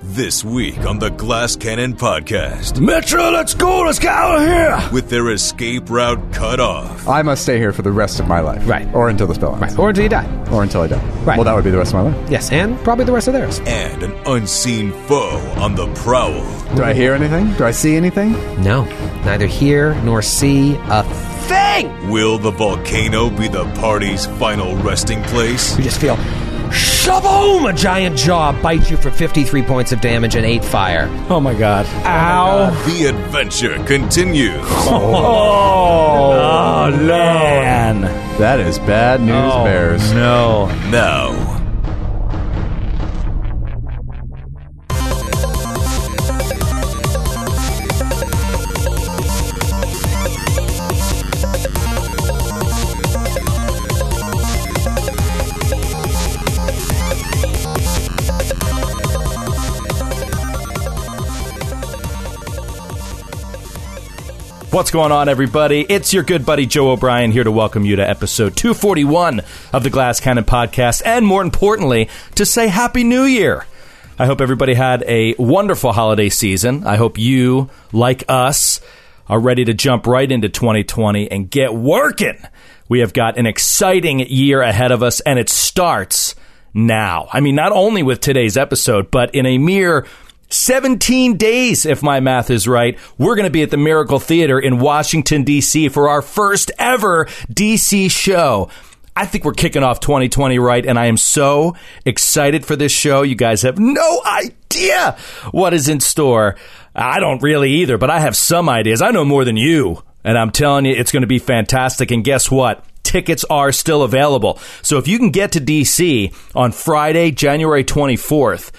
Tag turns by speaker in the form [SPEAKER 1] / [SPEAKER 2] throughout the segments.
[SPEAKER 1] This week on the Glass Cannon Podcast,
[SPEAKER 2] Metro, let's go. Let's get out of here.
[SPEAKER 1] with their escape route cut off,
[SPEAKER 3] I must stay here for the rest of my life.
[SPEAKER 4] Right.
[SPEAKER 3] Or until the spell ends.
[SPEAKER 4] Right, or until you die.
[SPEAKER 3] Or until I die.
[SPEAKER 4] Right.
[SPEAKER 3] Well, that would be the rest of my life.
[SPEAKER 4] Yes, and probably the rest of theirs.
[SPEAKER 1] and an unseen foe on the prowl.
[SPEAKER 3] Do I hear anything? Do I see anything?
[SPEAKER 4] No, neither hear nor see a thing.
[SPEAKER 1] Will the volcano be the party's final resting place?
[SPEAKER 4] You just feel shaboom! A giant jaw bites you for 53 points of damage and eight fire.
[SPEAKER 5] Oh my god.
[SPEAKER 4] Ow!
[SPEAKER 1] The adventure continues.
[SPEAKER 5] Oh, man.
[SPEAKER 3] That is bad news, bears.
[SPEAKER 5] No.
[SPEAKER 1] Now,
[SPEAKER 5] What's going on, everybody? It's your good buddy Joe O'Brien here to welcome you to episode 241 of the Glass Cannon Podcast, and more importantly, to say Happy New Year. I hope everybody had a wonderful holiday season. I hope you, like us, are ready to jump right into 2020 and get working. We have got an exciting year ahead of us, and it starts now. I mean, not only with today's episode, but in a mere 17 days, if my math is right, we're going to be at the Miracle Theater in Washington, D.C. for our first ever D.C. show. I think we're kicking off 2020 right, and I am so excited for this show. You guys have no idea what is in store. I don't really either, but I have some ideas. I know more than you, and I'm telling you, it's going to be fantastic. And guess what? Tickets are still available. So if you can get to DC on Friday, January 24th,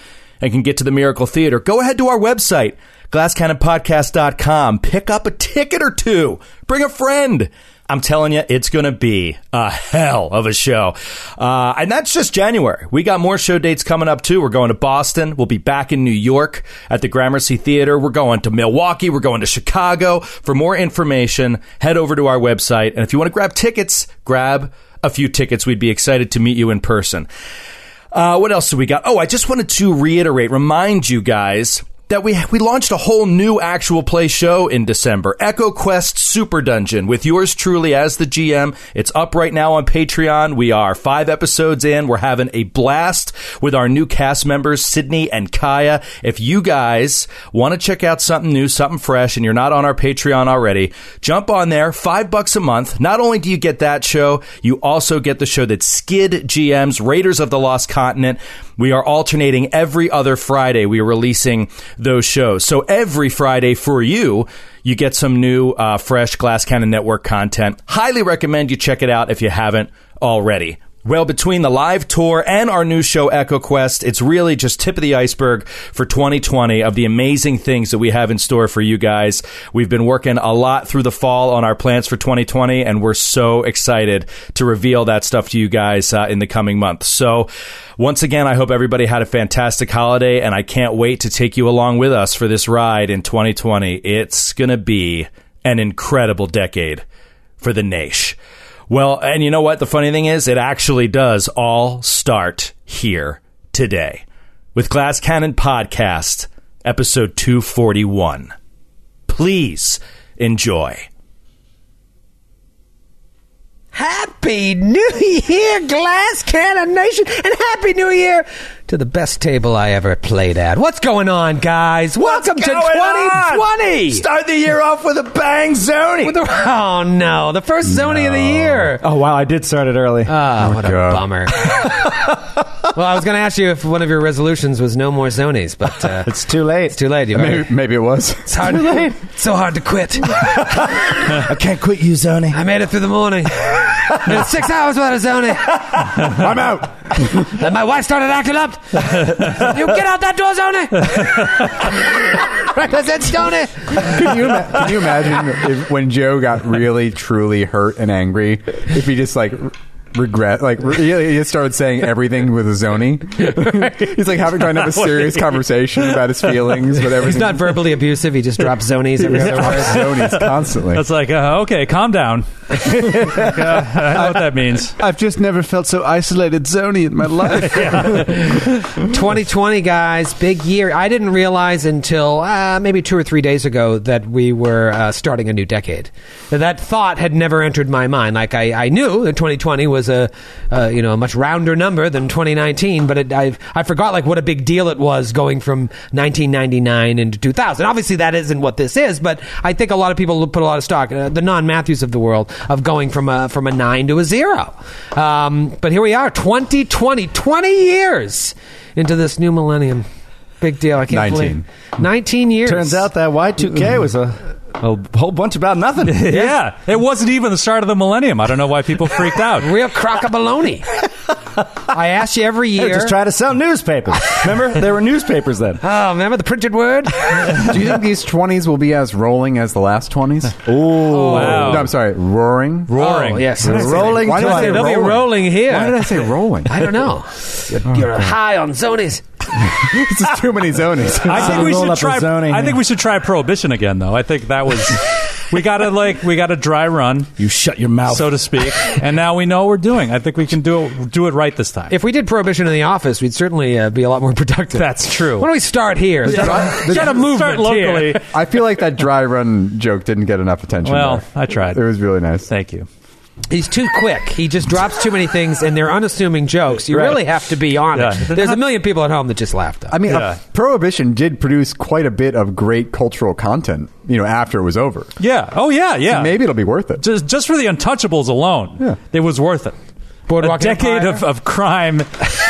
[SPEAKER 5] and can get to the Miracle Theater, go ahead to our website, glasscannonpodcast.com. Pick up a ticket or two. Bring a friend. I'm telling you, it's going to be a hell of a show. Uh, and that's just January. We got more show dates coming up, too. We're going to Boston. We'll be back in New York at the Gramercy Theater. We're going to Milwaukee. We're going to Chicago. For more information, head over to our website. And if you want to grab tickets, grab a few tickets. We'd be excited to meet you in person. Uh, what else do we got? Oh, I just wanted to reiterate, remind you guys that we we launched a whole new actual play show in December, Echo Quest Super Dungeon, with yours truly as the GM. It's up right now on Patreon. We are five episodes in. We're having a blast with our new cast members, Sydney and Kaya. If you guys want to check out something new, something fresh, and you're not on our Patreon already, jump on there. Five bucks a month. Not only do you get that show, you also get the show that Skid GMs, Raiders of the Lost Continent. We are alternating every other Friday. We are releasing those shows. So every Friday for you, you get some new, uh, fresh Glass Cannon Network content. Highly recommend you check it out if you haven't already. Well, between the live tour and our new show, Echo Quest, it's really just tip of the iceberg for 2020 of the amazing things that we have in store for you guys. We've been working a lot through the fall on our plans for 2020, and we're so excited to reveal that stuff to you guys uh, in the coming month. So, once again, I hope everybody had a fantastic holiday, and I can't wait to take you along with us for this ride in 2020. It's going to be an incredible decade for the Nash. Well, and you know what? The funny thing is, it actually does all start here today with Glass Cannon Podcast, episode 241. Please enjoy.
[SPEAKER 4] Happy New Year, Glass Cannon Nation, and Happy New Year to the best table I ever played at. What's going on, guys? Welcome to 2020!
[SPEAKER 5] Start the year off with a bang, Zony.
[SPEAKER 4] With the- oh no, the first zoning of the year.
[SPEAKER 5] Oh, wow. I did start it early.
[SPEAKER 4] Ah, what a bummer. well, I was going to ask you if one of your resolutions was no more zonies, but uh, it's
[SPEAKER 5] it's too late.
[SPEAKER 4] too late. You've already-
[SPEAKER 3] Maybe, maybe it was.
[SPEAKER 4] It's hard. It's so hard to quit.
[SPEAKER 5] I can't quit you, Zony.
[SPEAKER 4] I made it through the morning. Made it six hours without a zonie.
[SPEAKER 3] I'm out.
[SPEAKER 4] Then my wife started acting up. you get out that door, zonie. Represent zonie.
[SPEAKER 3] Can you, ima- can you imagine if, when Joe got really, truly hurt and angry, if he just like regret. Like re- he he started saying everything with a zony. He's like having trying to have a serious conversation about his feelings, but
[SPEAKER 4] He's
[SPEAKER 3] everything.
[SPEAKER 4] not verbally abusive. He just drops zonies every other word.
[SPEAKER 3] zonies constantly.
[SPEAKER 5] That's like, uh, okay, calm down. Like, uh, I know what that means.
[SPEAKER 3] I've just never felt so isolated, zony in my life.
[SPEAKER 4] 2020, guys, big year. I didn't realize until uh, maybe two or three days ago that we were uh, starting a new decade. That thought had never entered my mind. Like I, I knew that 2020 was a, uh, you know, a much rounder number than 2019, but it, I, I forgot like what a big deal it was going from 1999 into 2000. Obviously, that isn't what this is, but I think a lot of people put a lot of stock, uh, the non-Matthews of the world, of going from a from a nine to a zero. Um, but here we are, 2020, 20 years into this new millennium. Big deal. I can't
[SPEAKER 3] 19.
[SPEAKER 4] believe 19 years.
[SPEAKER 6] Turns out that Y2K was a, a whole bunch about nothing.
[SPEAKER 5] Yeah, it wasn't even the start of the millennium. I don't know why people freaked out.
[SPEAKER 4] real crock of baloney. I ask you every
[SPEAKER 6] They
[SPEAKER 4] year.
[SPEAKER 6] were just trying to sell newspapers. Remember, there were newspapers then.
[SPEAKER 4] oh, remember the printed word?
[SPEAKER 3] Do you think these twenties will be as rolling as the last twenties?
[SPEAKER 6] Ooh,
[SPEAKER 5] Wow.
[SPEAKER 3] No, I'm sorry, roaring.
[SPEAKER 5] Roaring.
[SPEAKER 4] Oh, yes.
[SPEAKER 6] rolling.
[SPEAKER 3] Why did I
[SPEAKER 6] twenties.
[SPEAKER 3] say
[SPEAKER 4] They'll be
[SPEAKER 3] Oh, rolling.
[SPEAKER 4] rolling here.
[SPEAKER 3] Why did I say rolling?
[SPEAKER 4] I don't know. Oh. You're, you're high on zonies.
[SPEAKER 3] this is too many zonies.
[SPEAKER 5] I think we
[SPEAKER 6] roll
[SPEAKER 5] should
[SPEAKER 6] up a
[SPEAKER 5] try.
[SPEAKER 6] zoning.
[SPEAKER 5] I think we should try prohibition again, though. I think that was we got to like we got a dry run,
[SPEAKER 6] You shut your mouth.
[SPEAKER 5] so to speak, and now we know what we're doing. I think we can do it. Do it right this time.
[SPEAKER 4] If we did prohibition in the office, we'd certainly uh, be a lot more productive.
[SPEAKER 5] that's true.
[SPEAKER 4] Why don't we start here?
[SPEAKER 5] Got to move
[SPEAKER 4] movement
[SPEAKER 5] locally.
[SPEAKER 3] I feel like that dry run joke didn't get enough attention.
[SPEAKER 5] Well,
[SPEAKER 3] there.
[SPEAKER 5] I tried.
[SPEAKER 3] it was really nice.
[SPEAKER 5] Thank you.
[SPEAKER 4] He's too quick. He just drops too many things, and they're unassuming jokes. You really have to be on
[SPEAKER 5] Yeah.
[SPEAKER 4] it. There's a million people at home that just laughed. At.
[SPEAKER 3] I mean, uh,
[SPEAKER 5] Yeah.
[SPEAKER 3] Prohibition did produce quite a bit of great cultural content. You know, after it was over,
[SPEAKER 5] Yeah. Oh yeah. Yeah.
[SPEAKER 3] maybe it'll be worth it.
[SPEAKER 5] just just for the Untouchables alone,
[SPEAKER 3] Yeah.
[SPEAKER 5] it was worth it.
[SPEAKER 4] Boardwalk
[SPEAKER 5] a decade
[SPEAKER 4] Empire.
[SPEAKER 5] of, uh, of crime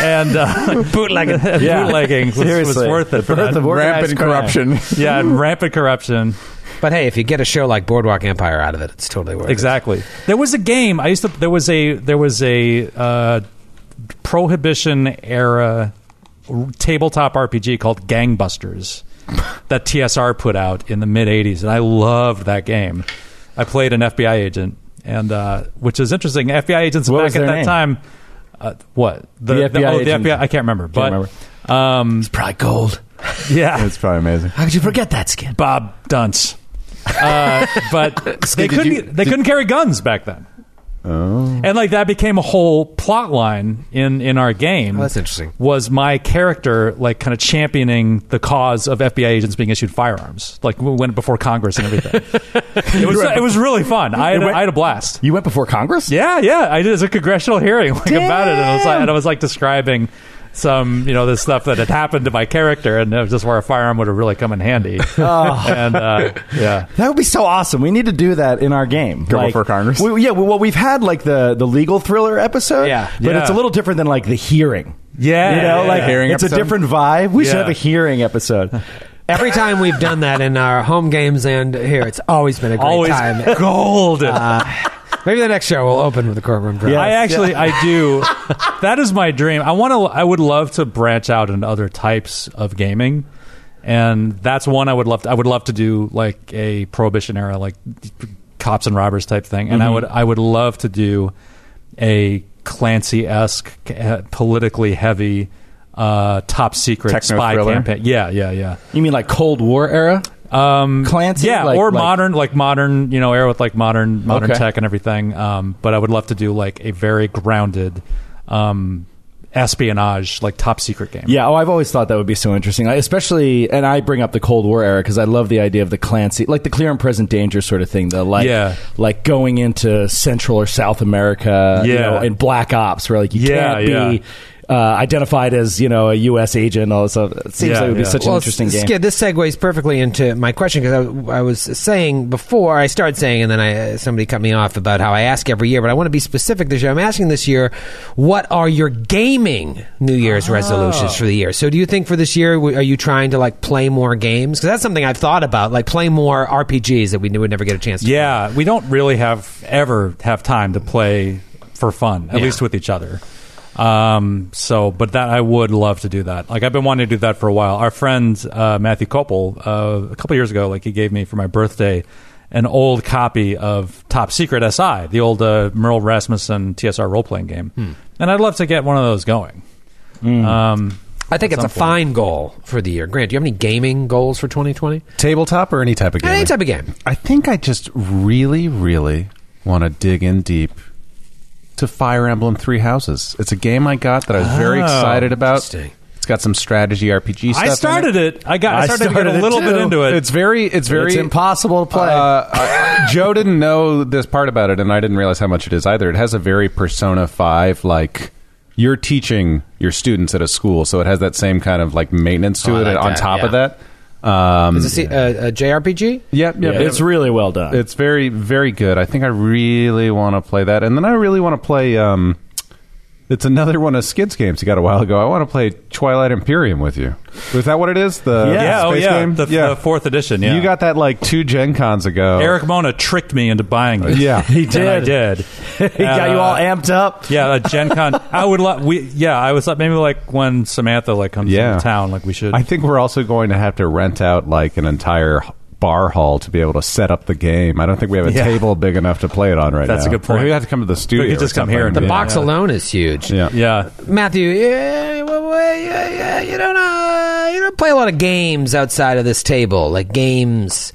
[SPEAKER 5] and uh, bootlegging, bootlegging was, was
[SPEAKER 6] Seriously.
[SPEAKER 5] worth it for
[SPEAKER 6] Birth
[SPEAKER 5] that.
[SPEAKER 6] of
[SPEAKER 3] Rampant
[SPEAKER 6] organized crime.
[SPEAKER 3] corruption.
[SPEAKER 5] yeah, and rampant corruption.
[SPEAKER 4] But hey, if you get a show like Boardwalk Empire out of it, it's totally worth it.
[SPEAKER 5] Exactly. There was a game. I used to. There was a. There was a uh, prohibition era r- tabletop RPG called Gangbusters that TSR put out in the mid '80s, and I loved that game. I played an FBI agent, and uh, which is interesting. FBI agents
[SPEAKER 6] What
[SPEAKER 5] back
[SPEAKER 6] was
[SPEAKER 5] at
[SPEAKER 6] their
[SPEAKER 5] that
[SPEAKER 6] name?
[SPEAKER 5] time. Uh, what
[SPEAKER 6] The FBI
[SPEAKER 5] oh,
[SPEAKER 6] agent.
[SPEAKER 5] the FBI. I can't remember, but
[SPEAKER 6] remember.
[SPEAKER 5] Um,
[SPEAKER 6] Probably gold.
[SPEAKER 5] yeah,
[SPEAKER 3] It's probably amazing.
[SPEAKER 6] How could you forget that skin?
[SPEAKER 5] Bob Dunce. Uh, but they
[SPEAKER 3] did
[SPEAKER 5] couldn't e,
[SPEAKER 3] you-
[SPEAKER 5] they couldn't carry guns back then. Oh. And like that became a whole plot line in in our game.
[SPEAKER 4] Oh, that's interesting.
[SPEAKER 5] Was my character like kind of championing the cause of FBI agents being issued firearms? Like we went before Congress and everything. it was it was really fun. I had, a- I had a blast.
[SPEAKER 6] You went before Congress?
[SPEAKER 5] Yeah, yeah. I did as a congressional hearing like about it, and I was like, and I was like describing some you know this stuff that had happened to my character, and it was just where a firearm would have really come in handy.
[SPEAKER 6] Oh.
[SPEAKER 5] And uh, yeah,
[SPEAKER 6] That would be so awesome. We need to do that in our game.
[SPEAKER 3] Go before Congress?
[SPEAKER 6] We, yeah, well, we've had like the, the legal thriller episode.
[SPEAKER 4] Yeah.
[SPEAKER 6] But
[SPEAKER 5] Yeah.
[SPEAKER 6] it's a little different than like the hearing.
[SPEAKER 5] yeah.
[SPEAKER 6] you know,
[SPEAKER 5] yeah,
[SPEAKER 6] like
[SPEAKER 5] yeah.
[SPEAKER 3] Hearing
[SPEAKER 6] it's
[SPEAKER 3] episode?
[SPEAKER 6] a different vibe. We should
[SPEAKER 5] Yeah.
[SPEAKER 6] have a hearing episode.
[SPEAKER 4] Every time we've done that in our home games and here, it's always been a great
[SPEAKER 5] always
[SPEAKER 4] time.
[SPEAKER 5] gold.
[SPEAKER 4] Maybe the next show will open with a courtroom drama.
[SPEAKER 5] I actually I do. that is my dream. I want to. I would love to branch out in other types of gaming. And that's one I would love. To, I would love to do like a prohibition era, like cops and robbers type thing. And
[SPEAKER 3] Mm-hmm.
[SPEAKER 5] I would I would love to do a Clancy esque, uh, politically heavy, uh, top secret
[SPEAKER 3] Techno
[SPEAKER 5] spy
[SPEAKER 3] thriller?
[SPEAKER 5] campaign. Yeah, yeah, yeah.
[SPEAKER 6] You mean like Cold War era? Um, Clancy?
[SPEAKER 5] Yeah,
[SPEAKER 6] Like-
[SPEAKER 5] or
[SPEAKER 6] like-
[SPEAKER 5] modern, like modern, you know, era with like modern, modern
[SPEAKER 6] Okay.
[SPEAKER 5] tech and everything. Um, but I would love to do like a very grounded um, espionage, like top secret game.
[SPEAKER 6] Yeah, oh, I've always thought that would be so interesting, I, especially. And I bring up the Cold War era because I love the idea of the Clancy, like the clear and present danger sort of thing. The like,
[SPEAKER 5] Yeah.
[SPEAKER 6] like going into Central or South America, you
[SPEAKER 5] Yeah.
[SPEAKER 6] know, in Black Ops, where like you
[SPEAKER 5] Yeah,
[SPEAKER 6] can't be uh, identified as you know a U.S. agent. and All this stuff. It seems
[SPEAKER 5] Yeah,
[SPEAKER 6] like it would
[SPEAKER 5] yeah.
[SPEAKER 6] be such an interesting
[SPEAKER 4] s-
[SPEAKER 6] game.
[SPEAKER 4] Skid, this segues perfectly into my question because I, I was saying before I started saying, and then I, uh, somebody cut me off about how I ask every year, but I want to be specific this year. I'm asking this year, what are your gaming New Year's resolutions for the year? So, do you think for this year w- are you trying to like play more games? Because that's something I've thought about, like play more RPGs that we knew would never get a chance. to
[SPEAKER 5] yeah. We don't really have ever have time to play for fun, at least with each other. Um, so, but that I would love to do that. Like I've been wanting to do that for a while. Our friend uh, Matthew Koppel, uh, a couple years ago, like he gave me for my birthday an old copy of Top Secret SI, the old uh, Merle Rasmussen TSR role playing game, and I'd love to get one of those going. Um,
[SPEAKER 4] I think it's a fine goal for the year. Grant, do you have any gaming goals for 2020?
[SPEAKER 7] Tabletop or any type of game?
[SPEAKER 4] Any type of game.
[SPEAKER 7] I think I just really, really want to dig in deep to Fire Emblem Three Houses. It's a game I got that I was very excited about.
[SPEAKER 4] interesting.
[SPEAKER 7] It's got some strategy RPG stuff.
[SPEAKER 5] Oh. I
[SPEAKER 7] in
[SPEAKER 5] started it. I got.
[SPEAKER 6] I
[SPEAKER 5] I started, to
[SPEAKER 6] started
[SPEAKER 5] get
[SPEAKER 6] it
[SPEAKER 5] a little bit
[SPEAKER 6] too.
[SPEAKER 5] into it.
[SPEAKER 7] It's very. It's very
[SPEAKER 6] it's impossible to play.
[SPEAKER 7] Uh, I- Joe didn't know this part about it, and I didn't realize how much it is either. It has a very Persona Five like you're teaching your students at a school, so it has that same kind of like maintenance to
[SPEAKER 4] Oh, I
[SPEAKER 7] it
[SPEAKER 4] like
[SPEAKER 7] on
[SPEAKER 4] that,
[SPEAKER 7] top of
[SPEAKER 4] yeah.
[SPEAKER 7] that. Um,
[SPEAKER 4] Is this a, a, a JRPG?
[SPEAKER 7] yeah, yeah,
[SPEAKER 6] it's really well done.
[SPEAKER 7] It's very, very good. I think I really want to play that, and then I really want to play. Um, it's another one of Skid's games he got a while ago. I want to play Twilight Imperium with you. Is that what it is? The
[SPEAKER 5] yeah,
[SPEAKER 7] the
[SPEAKER 5] oh
[SPEAKER 7] space
[SPEAKER 5] yeah,
[SPEAKER 7] game?
[SPEAKER 5] The, the fourth edition. Yeah,
[SPEAKER 7] You got that like two Gen Cons ago.
[SPEAKER 5] Eric Mona tricked me into buying this.
[SPEAKER 7] Yeah. He
[SPEAKER 5] And I did.
[SPEAKER 6] he got you all
[SPEAKER 5] Uh,
[SPEAKER 6] amped up.
[SPEAKER 5] Yeah, a Gen Con. I would love. We yeah, I was like maybe like when Samantha like comes
[SPEAKER 7] Yeah.
[SPEAKER 5] into town, like we should.
[SPEAKER 7] I think we're also going to have to rent out like an entire h- bar hall to be able to set up the game. I don't think we have a
[SPEAKER 5] Yeah.
[SPEAKER 7] table big enough to play it on right
[SPEAKER 5] That's
[SPEAKER 7] now.
[SPEAKER 5] a good
[SPEAKER 7] Or
[SPEAKER 5] point.
[SPEAKER 7] we have to come to the studio.
[SPEAKER 5] could
[SPEAKER 7] or
[SPEAKER 5] just come here
[SPEAKER 7] something.
[SPEAKER 5] and-
[SPEAKER 7] Yeah.
[SPEAKER 4] Box alone is huge.
[SPEAKER 7] Yeah.
[SPEAKER 5] yeah,
[SPEAKER 4] Matthew, yeah, well, well, yeah, yeah, you don't uh, you don't play a lot of games outside of this table, like games.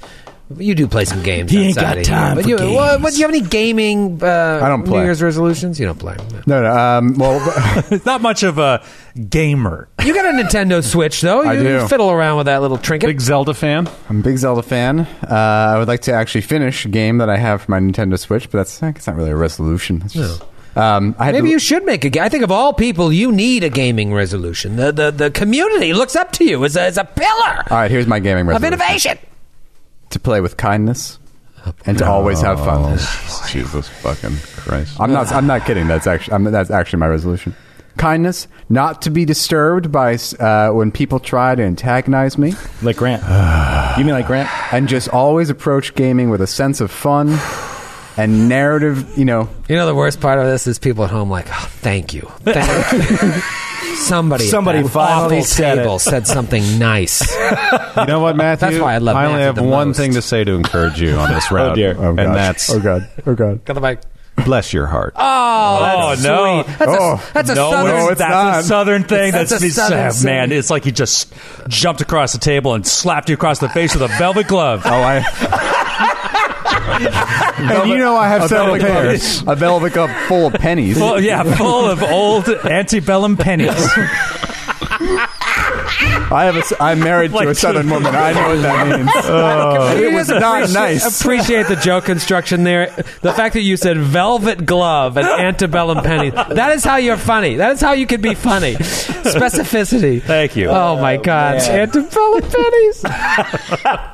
[SPEAKER 4] You do play some games.
[SPEAKER 6] He ain't
[SPEAKER 4] outside
[SPEAKER 6] got
[SPEAKER 4] of here,
[SPEAKER 6] time
[SPEAKER 4] but
[SPEAKER 6] for
[SPEAKER 4] you, What,
[SPEAKER 6] games.
[SPEAKER 4] what, do you have any gaming? Uh,
[SPEAKER 3] I don't play.
[SPEAKER 4] New Year's resolutions. You don't play.
[SPEAKER 3] No, no. Um, well,
[SPEAKER 5] it's not much of a gamer.
[SPEAKER 4] You got a Nintendo Switch though. You
[SPEAKER 3] I do.
[SPEAKER 4] fiddle around with that little trinket.
[SPEAKER 7] Big Zelda fan.
[SPEAKER 3] I'm a big Zelda fan. Uh, I would like to actually finish a game that I have for my Nintendo Switch, but that's it's not really a resolution. It's just, um, I had
[SPEAKER 4] Maybe
[SPEAKER 3] to,
[SPEAKER 4] you should make a. ga- I think of all people, you need a gaming resolution. The the, the community looks up to you as a, as a pillar
[SPEAKER 3] All right, here's my gaming
[SPEAKER 4] of
[SPEAKER 3] resolution.
[SPEAKER 4] innovation.
[SPEAKER 3] To play with kindness and to always have fun.
[SPEAKER 7] Oh, Jesus fucking Christ.
[SPEAKER 3] I'm not. I'm not kidding. That's actually. I'm, that's actually my resolution. Kindness, not to be disturbed by uh, when people try to antagonize me,
[SPEAKER 6] Like Grant.
[SPEAKER 5] Uh,
[SPEAKER 6] you mean like Grant?
[SPEAKER 3] and just always approach gaming with a sense of fun and narrative. You know,
[SPEAKER 4] You know the worst part of this is people at home like, oh, thank you, thank you. Somebody, at
[SPEAKER 6] Somebody
[SPEAKER 4] that
[SPEAKER 6] finally
[SPEAKER 4] awful
[SPEAKER 6] said it.
[SPEAKER 4] table said something nice.
[SPEAKER 7] You know what, Matthew?
[SPEAKER 4] That's why I love
[SPEAKER 7] only
[SPEAKER 4] Matthew
[SPEAKER 7] have
[SPEAKER 4] the
[SPEAKER 7] one
[SPEAKER 4] most.
[SPEAKER 7] thing to say to encourage you on this route.
[SPEAKER 6] dear.
[SPEAKER 3] oh,
[SPEAKER 7] and
[SPEAKER 3] gosh.
[SPEAKER 7] that's
[SPEAKER 3] oh god, oh god.
[SPEAKER 4] Got the mic.
[SPEAKER 7] bless your heart.
[SPEAKER 4] Uh,
[SPEAKER 5] Oh, no,
[SPEAKER 4] That's
[SPEAKER 3] Oh,
[SPEAKER 4] a that's a
[SPEAKER 5] no,
[SPEAKER 4] southern.
[SPEAKER 5] it's-
[SPEAKER 3] it's
[SPEAKER 5] that's a
[SPEAKER 3] not.
[SPEAKER 5] southern thing.
[SPEAKER 4] That's
[SPEAKER 5] That's,
[SPEAKER 4] a southern
[SPEAKER 5] uh, man. It's like he just jumped across the table and slapped you across the face with a velvet glove.
[SPEAKER 3] Oh, I. and you know I have several
[SPEAKER 5] velvet cup.
[SPEAKER 3] pairs. A velvet cup full of pennies.
[SPEAKER 5] Full, yeah, full of old antebellum pennies.
[SPEAKER 3] I have. A, s- I'm married
[SPEAKER 5] Like
[SPEAKER 3] to a southern woman. I know what that means.
[SPEAKER 7] Oh.
[SPEAKER 3] And it was not nice.
[SPEAKER 4] Appreciate the joke construction there. The fact that you said velvet glove and antebellum penny. That is how you're funny. That is how you can be funny. Specificity.
[SPEAKER 5] Thank you.
[SPEAKER 4] Oh my God! Antebellum pennies.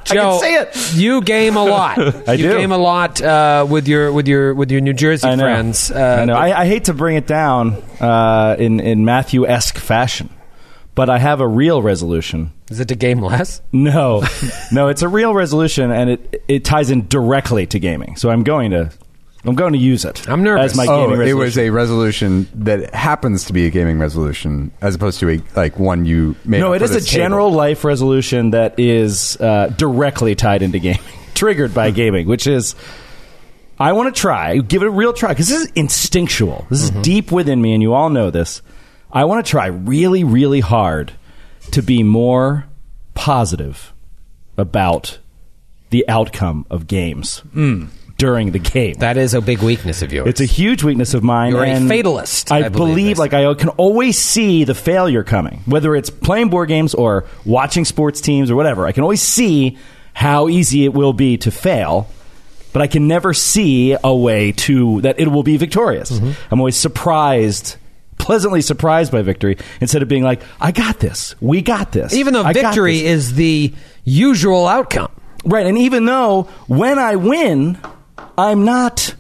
[SPEAKER 4] Joe, You game a lot. I you
[SPEAKER 6] do.
[SPEAKER 4] game a lot uh, with your with your with your New Jersey
[SPEAKER 6] I know.
[SPEAKER 4] friends. uh,
[SPEAKER 6] I know. I, I hate to bring it down uh, in in Matthew esque fashion, but I have a real resolution.
[SPEAKER 4] Is it to game less?
[SPEAKER 6] No, no, it's a real resolution, and it it ties in directly to gaming. So I'm going to I'm going to use it.
[SPEAKER 4] I'm nervous.
[SPEAKER 6] As my
[SPEAKER 3] Oh,
[SPEAKER 6] gaming resolution.
[SPEAKER 3] it was a resolution that happens to be a gaming resolution, as opposed to a like one you made.
[SPEAKER 6] no,
[SPEAKER 3] up
[SPEAKER 6] it
[SPEAKER 3] for
[SPEAKER 6] is a
[SPEAKER 3] this table.
[SPEAKER 6] general life resolution that is uh, directly tied into gaming, triggered
[SPEAKER 3] Hmm.
[SPEAKER 6] by gaming, which is I want to try, give it a real try, because this is instinctual. This
[SPEAKER 3] Mm-hmm.
[SPEAKER 6] is deep within me, and you all know this. I want to try really, really hard to be more positive about the outcome of games
[SPEAKER 3] Hmm.
[SPEAKER 6] during the game.
[SPEAKER 4] That is a big weakness of yours.
[SPEAKER 6] It's a huge weakness of mine.
[SPEAKER 4] You're a
[SPEAKER 6] and
[SPEAKER 4] fatalist,
[SPEAKER 6] I,
[SPEAKER 4] I believe
[SPEAKER 6] believe,
[SPEAKER 4] they
[SPEAKER 6] like I can always see the failure coming, whether it's playing board games or watching sports teams or whatever. I can always see how easy it will be to fail, but I can never see a way to that it will be victorious.
[SPEAKER 4] Mm-hmm.
[SPEAKER 6] I'm always surprised. Pleasantly surprised by victory instead of being like, I got this. We got this.
[SPEAKER 4] even though
[SPEAKER 6] I got
[SPEAKER 4] victory
[SPEAKER 6] this."
[SPEAKER 4] is the usual outcome.
[SPEAKER 6] Right, and even though when I win, I'm not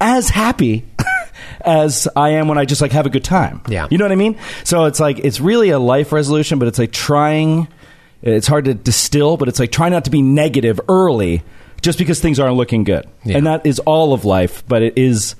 [SPEAKER 6] as happy as I am when I just like have a good time.
[SPEAKER 4] Yeah.
[SPEAKER 6] You know what I mean? So it's like it's really a life resolution, but it's like trying it's hard to distill, but it's like try not to be negative early just because things aren't looking good.
[SPEAKER 4] Yeah.
[SPEAKER 6] And that is all of life, but it is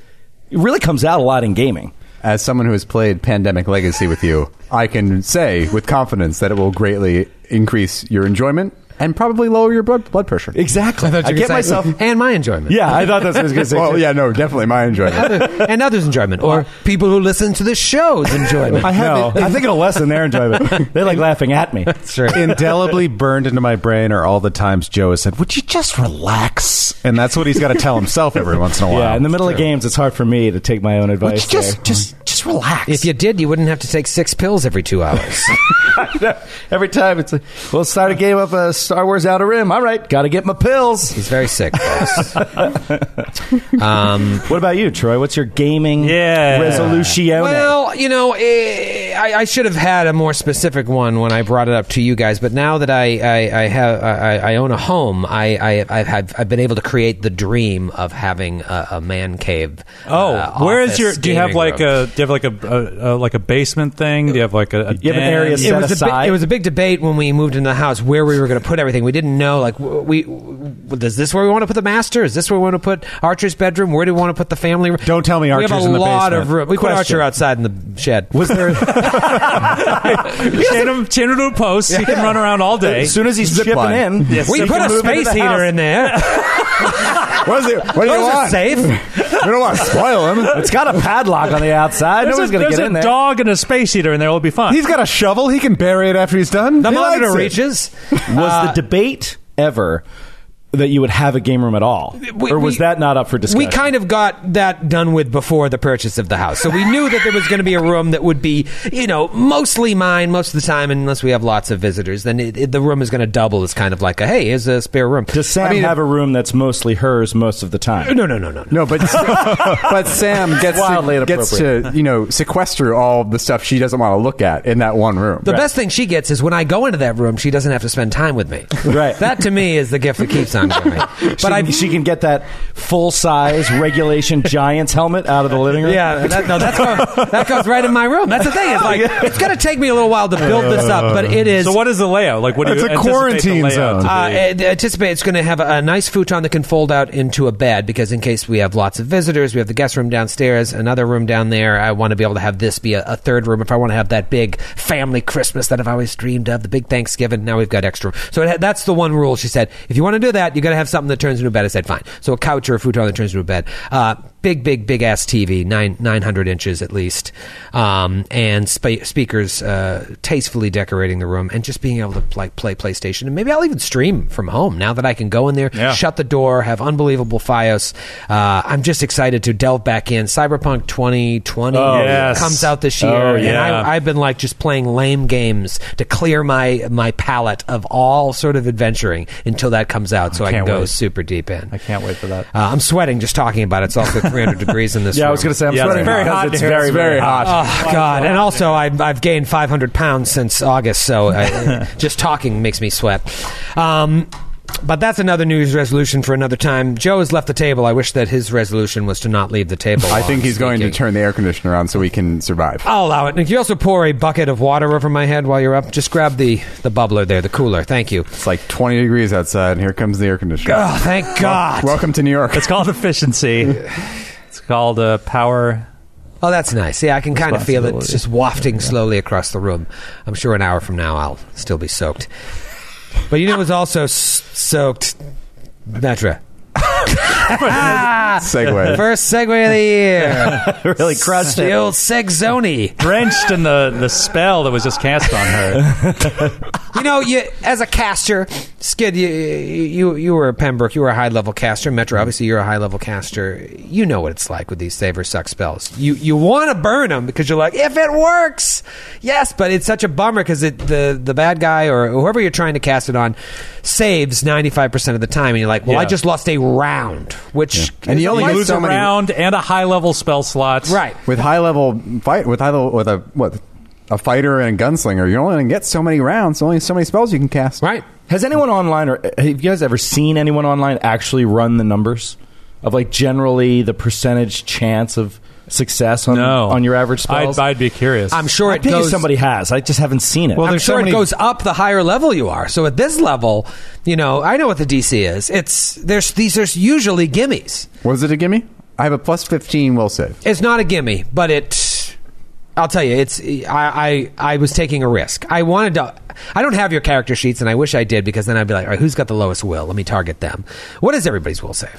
[SPEAKER 6] it really comes out a lot in gaming.
[SPEAKER 3] As someone who has played Pandemic Legacy with you, I can say with confidence that it will greatly increase your enjoyment and probably lower your blood blood pressure.
[SPEAKER 6] Exactly. I,
[SPEAKER 4] thought you were
[SPEAKER 6] get
[SPEAKER 4] gonna say,
[SPEAKER 6] myself.
[SPEAKER 4] and my enjoyment.
[SPEAKER 6] Yeah, I thought that's what I was going to say.
[SPEAKER 3] Well,
[SPEAKER 6] too.
[SPEAKER 3] yeah, no, definitely my enjoyment.
[SPEAKER 4] and others' enjoyment, or people who listen to the show's enjoyment.
[SPEAKER 3] I
[SPEAKER 6] No,
[SPEAKER 3] have
[SPEAKER 6] I think it'll lessen their enjoyment. They like laughing at me.
[SPEAKER 4] Sure.
[SPEAKER 7] Indelibly burned into my brain are all the times Joe has said, "Would you just relax?" And that's what he's got to tell himself every once in a while.
[SPEAKER 6] Yeah, in the middle of games, it's hard for me to take my own
[SPEAKER 7] Would you
[SPEAKER 6] advice.
[SPEAKER 7] just,
[SPEAKER 6] there.
[SPEAKER 7] just, just relax.
[SPEAKER 4] If you did, you wouldn't have to take six pills every two hours.
[SPEAKER 6] Every time it's like, well, let's start a game of uh, Star Wars Outer Rim. All right, got to get my pills.
[SPEAKER 4] He's very sick. folks.
[SPEAKER 6] What about you, Troy? What's your gaming
[SPEAKER 5] Yeah.
[SPEAKER 6] resolution?
[SPEAKER 4] well, you know, eh, I, I should have had a more specific one when I brought it up to you guys, but now that I, I, I have I, I own a home, I, I I've had, I've been able to create the dream of having a, a man cave.
[SPEAKER 5] Oh,
[SPEAKER 4] uh,
[SPEAKER 5] where is
[SPEAKER 4] office
[SPEAKER 5] your? Do you have
[SPEAKER 4] gaming
[SPEAKER 5] like
[SPEAKER 4] room.
[SPEAKER 5] a? Do you have like a, a, a like a basement thing? Do you have like a? a
[SPEAKER 6] You have an area
[SPEAKER 5] den?
[SPEAKER 6] set
[SPEAKER 4] it was a
[SPEAKER 6] aside?
[SPEAKER 4] big, it was a big debate when we moved into the house where we were going to put everything. We didn't know like w- we w- is this where we want to put the master? Is this where we want to put Archer's bedroom? Where do we want to put the family room?
[SPEAKER 7] Don't tell me Archer's
[SPEAKER 4] we have a
[SPEAKER 7] in the
[SPEAKER 4] lot
[SPEAKER 7] basement.
[SPEAKER 4] of room. We put
[SPEAKER 7] Question.
[SPEAKER 4] Archer outside in the shed.
[SPEAKER 6] Was there
[SPEAKER 5] Chain him, chain him to a post. He can run around all day.
[SPEAKER 6] as soon as he's
[SPEAKER 3] Zip
[SPEAKER 6] chipping
[SPEAKER 3] line.
[SPEAKER 6] in?
[SPEAKER 4] we
[SPEAKER 6] he
[SPEAKER 4] put
[SPEAKER 6] can
[SPEAKER 4] a
[SPEAKER 6] move into
[SPEAKER 4] space
[SPEAKER 6] the
[SPEAKER 4] heater
[SPEAKER 6] house.
[SPEAKER 4] in there.
[SPEAKER 3] What is it? What do you
[SPEAKER 4] Those are
[SPEAKER 3] want?
[SPEAKER 4] safe.
[SPEAKER 3] We don't want to spoil him.
[SPEAKER 6] It's got a padlock on the outside.
[SPEAKER 5] There's
[SPEAKER 6] Nobody's
[SPEAKER 5] a,
[SPEAKER 6] going to
[SPEAKER 5] there's
[SPEAKER 6] get
[SPEAKER 5] a
[SPEAKER 6] in there.
[SPEAKER 5] dog and a space heater in there. It'll be fun.
[SPEAKER 7] He's got a shovel. He can bury it after he's done.
[SPEAKER 4] The
[SPEAKER 7] He
[SPEAKER 4] monitor
[SPEAKER 7] likes it.
[SPEAKER 4] reaches. Uh,
[SPEAKER 6] Was the debate ever that you would have a game room at all,
[SPEAKER 4] We-
[SPEAKER 6] or was
[SPEAKER 4] we-
[SPEAKER 6] that not up for discussion?
[SPEAKER 4] We kind of got that done with before the purchase of the house. So we knew that there was going to be a room that would be, you know, mostly mine most of the time, unless we have lots of visitors. Then it, it- the room is going to double as kind of like a, hey, here's a spare room.
[SPEAKER 6] Does Sam have a room that's mostly hers most of the time?
[SPEAKER 4] no, no, no, no. no.
[SPEAKER 3] No, but but Sam gets
[SPEAKER 6] Wildly
[SPEAKER 3] to, gets to you know sequester all the stuff she doesn't want to look at in that one room.
[SPEAKER 4] The best thing she gets is when I go into that room, she doesn't have to spend time with me.
[SPEAKER 6] Right.
[SPEAKER 4] That to me is the gift that keeps on giving. But
[SPEAKER 6] She,
[SPEAKER 4] I,
[SPEAKER 6] she can get that full size regulation Giants helmet out of the living room.
[SPEAKER 4] Yeah, that, no, that's go- that goes right in my room. That's the thing. It's like it's going to take me a little while to build this up, but it is.
[SPEAKER 5] so what is the layout? Like what do
[SPEAKER 7] It's
[SPEAKER 5] you
[SPEAKER 7] a
[SPEAKER 5] anticipate the
[SPEAKER 7] quarantine
[SPEAKER 5] layout to
[SPEAKER 7] zone.
[SPEAKER 4] Uh,
[SPEAKER 5] be?
[SPEAKER 4] and anticipate it's going to have a nice futon that can fold out into a bed because in case we have lots of visitors, we have the guest room downstairs, another room down there. I want to be able to have this be a, a third room if I want to have that big family Christmas that I've always dreamed of, the big Thanksgiving. Now we've got extra. room. So it, ha- that's the one rule she said. If you want to do that, you got to have something that turns into a bed. I said fine. So a couch or a futon that turns into a bed. Uh, big, big, big ass TV, nine nine hundred inches at least, um, and spe- speakers uh, tastefully decorating the room, and just being able to like play PlayStation, and maybe I'll even stream from home now that I can go in there,
[SPEAKER 5] Yeah.
[SPEAKER 4] shut the door, have unbelievable FiOS. Uh, I'm just excited to delve back in. Cyberpunk 2020
[SPEAKER 5] Oh, yes.
[SPEAKER 4] comes out this year,
[SPEAKER 5] Oh,
[SPEAKER 4] and
[SPEAKER 5] yeah.
[SPEAKER 4] I, I've been like just playing lame games to clear my my palate of all sort of adventuring until that comes out, so I, can
[SPEAKER 5] can't
[SPEAKER 4] go
[SPEAKER 5] wait.
[SPEAKER 4] super deep in.
[SPEAKER 5] I can't wait for that.
[SPEAKER 4] Uh, I'm sweating just talking about it. It's also 300 degrees in this.
[SPEAKER 6] Yeah, I
[SPEAKER 4] room.
[SPEAKER 6] was going to say I'm
[SPEAKER 5] Yeah, it's
[SPEAKER 6] sweating
[SPEAKER 5] very
[SPEAKER 6] because
[SPEAKER 5] hot
[SPEAKER 6] It's
[SPEAKER 5] in here.
[SPEAKER 6] very,
[SPEAKER 5] It's
[SPEAKER 6] very hot.
[SPEAKER 4] Oh God! And also, I've, I've gained 500 pounds since August, so I, just talking makes me sweat. Um, but that's another New Year's resolution for another time. Joe has left the table. I wish that his resolution was to not leave the table.
[SPEAKER 5] Ah.
[SPEAKER 3] I
[SPEAKER 4] while
[SPEAKER 3] think
[SPEAKER 4] I'm
[SPEAKER 3] he's going to
[SPEAKER 4] speaking.
[SPEAKER 3] turn the air conditioner on so we can survive.
[SPEAKER 4] I'll allow it. And can you also pour a bucket of water over my head while you're up? Just grab the the bubbler there, the cooler. Thank you.
[SPEAKER 3] It's like 20 degrees outside, and here comes the air conditioner.
[SPEAKER 4] Oh, thank God.
[SPEAKER 3] Welcome to New York.
[SPEAKER 5] It's called efficiency. it's called uh, power.
[SPEAKER 4] Oh, that's nice. Yeah, I can kind of feel it. It's just wafting slowly across the room. I'm sure an hour from now I'll still be soaked. But you know who's also s- soaked? Metra.
[SPEAKER 3] Segway.
[SPEAKER 4] First segue of the year.
[SPEAKER 6] really crushed
[SPEAKER 4] the
[SPEAKER 6] it.
[SPEAKER 4] old Segzoni.
[SPEAKER 5] Drenched in the, the spell that was just cast on her.
[SPEAKER 4] You know, you as a caster, Skid, you, you you were a Pembroke, you were a high level caster. Metro, obviously, you're a high level caster. You know what it's like with these save or suck spells. You you want to burn them because you're like, if it works, yes. But it's such a bummer because it the the bad guy or whoever you're trying to cast it on saves ninety five percent of the time, and you're like, well, I
[SPEAKER 5] Yeah.
[SPEAKER 4] just lost a round, which
[SPEAKER 3] And you only
[SPEAKER 5] You
[SPEAKER 3] get
[SPEAKER 5] lose
[SPEAKER 3] so
[SPEAKER 5] a
[SPEAKER 3] many-
[SPEAKER 5] round and a high level spell slot.
[SPEAKER 4] right.
[SPEAKER 3] With high level fight, with high level, with a what, a fighter and a gunslinger, you're only going to get so many rounds, only so many spells you can cast.
[SPEAKER 4] Right.
[SPEAKER 6] Has anyone online, or have you guys ever seen anyone online actually run the numbers of like generally the percentage chance of success on
[SPEAKER 5] No.
[SPEAKER 6] on your average spells?
[SPEAKER 5] I'd, I'd be curious.
[SPEAKER 4] I'm sure
[SPEAKER 6] I
[SPEAKER 4] it
[SPEAKER 6] bet you
[SPEAKER 4] goes.
[SPEAKER 6] somebody has. I just haven't seen it.
[SPEAKER 7] Well,
[SPEAKER 4] I'm
[SPEAKER 7] there's so
[SPEAKER 4] sure it
[SPEAKER 7] many-
[SPEAKER 4] goes up the higher level you are. So at this level, you know, I know what the DC is. It's there's these are usually gimmies.
[SPEAKER 3] Was it a gimme? I have a plus 15 will save.
[SPEAKER 4] It's not a gimme, but it I'll tell you, it's I, I I was taking a risk. I wanted to. I don't have your character sheets, and I wish I did because then I'd be like, all right, who's got the lowest will? Let me target them. What is everybody's will save?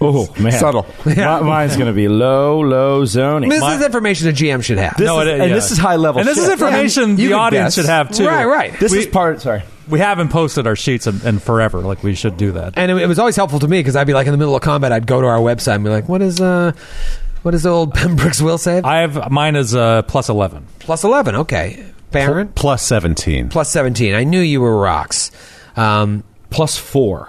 [SPEAKER 6] Oh man,
[SPEAKER 3] Subtle.
[SPEAKER 6] Mi- mine's going to be low, low zoning.
[SPEAKER 4] this is information a GM should have.
[SPEAKER 6] This
[SPEAKER 5] No,
[SPEAKER 6] is-
[SPEAKER 5] it-
[SPEAKER 6] and
[SPEAKER 5] yeah.
[SPEAKER 6] this is high level.
[SPEAKER 5] And this is
[SPEAKER 6] shit.
[SPEAKER 5] information
[SPEAKER 3] you
[SPEAKER 5] the
[SPEAKER 3] can
[SPEAKER 5] audience
[SPEAKER 3] guess.
[SPEAKER 5] should have too.
[SPEAKER 4] Right, right.
[SPEAKER 6] This
[SPEAKER 5] we,
[SPEAKER 6] is part. Sorry,
[SPEAKER 5] we haven't posted our sheets in, in forever. Like we should do that.
[SPEAKER 4] and it, it was always helpful to me because I'd be like in the middle of combat, I'd go to our website and be like, what is uh, what is old Pembroke's will save?
[SPEAKER 5] I have mine is uh, plus eleven.
[SPEAKER 4] plus eleven. Okay, Baron
[SPEAKER 7] Plus 17.
[SPEAKER 4] plus seventeen. I knew you were rocks. Um,
[SPEAKER 6] plus four.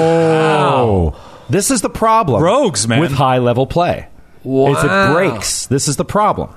[SPEAKER 7] Oh.
[SPEAKER 6] This is the problem.
[SPEAKER 5] Rogues, man.
[SPEAKER 6] With high level play. Is it breaks. This is the problem.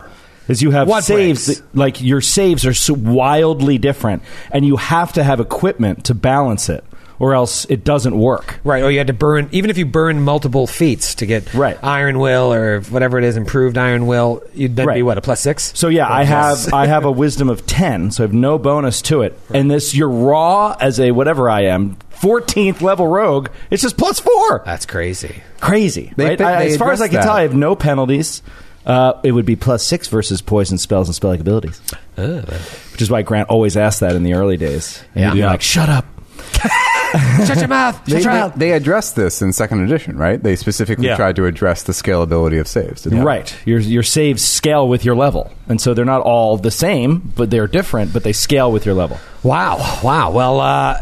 [SPEAKER 6] Is you have
[SPEAKER 4] What
[SPEAKER 6] saves
[SPEAKER 4] breaks?
[SPEAKER 6] that- like your saves are so wildly different and you have to have equipment to balance it or else it doesn't work.
[SPEAKER 4] Right, or you had to burn, even if you burn multiple feats to get
[SPEAKER 6] Right.
[SPEAKER 4] Iron Will or whatever it is, improved Iron Will, you'd then be
[SPEAKER 6] Right.
[SPEAKER 4] what a plus six.
[SPEAKER 6] So yeah,
[SPEAKER 4] Or
[SPEAKER 6] I
[SPEAKER 4] plus-
[SPEAKER 6] have I have a wisdom of 10, so I have no bonus to it. And this you're raw as a whatever I am, 14th level rogue, it's just plus 4.
[SPEAKER 4] That's crazy.
[SPEAKER 6] crazy.
[SPEAKER 3] They-
[SPEAKER 6] right?
[SPEAKER 3] they-
[SPEAKER 6] I-
[SPEAKER 3] they
[SPEAKER 6] as far as I
[SPEAKER 3] addressed
[SPEAKER 6] can
[SPEAKER 3] that.
[SPEAKER 6] tell, I have no penalties. Uh, it would be plus six versus poison spells and spell-like abilities, which is why Grant always asked that in the early days. And he'd be
[SPEAKER 7] Yeah.
[SPEAKER 6] like, "Shut up."
[SPEAKER 4] Shut your mouth.
[SPEAKER 3] They,
[SPEAKER 4] Shut your
[SPEAKER 3] they,
[SPEAKER 4] mouth.
[SPEAKER 3] they addressed this in second edition, right? They specifically
[SPEAKER 5] Yeah.
[SPEAKER 3] tried to address the scalability of saves. didn't they?
[SPEAKER 6] Right, your your saves scale with your level, and so they're not all the same, but they're different. But they scale with your level.
[SPEAKER 4] Wow, wow. Well, uh,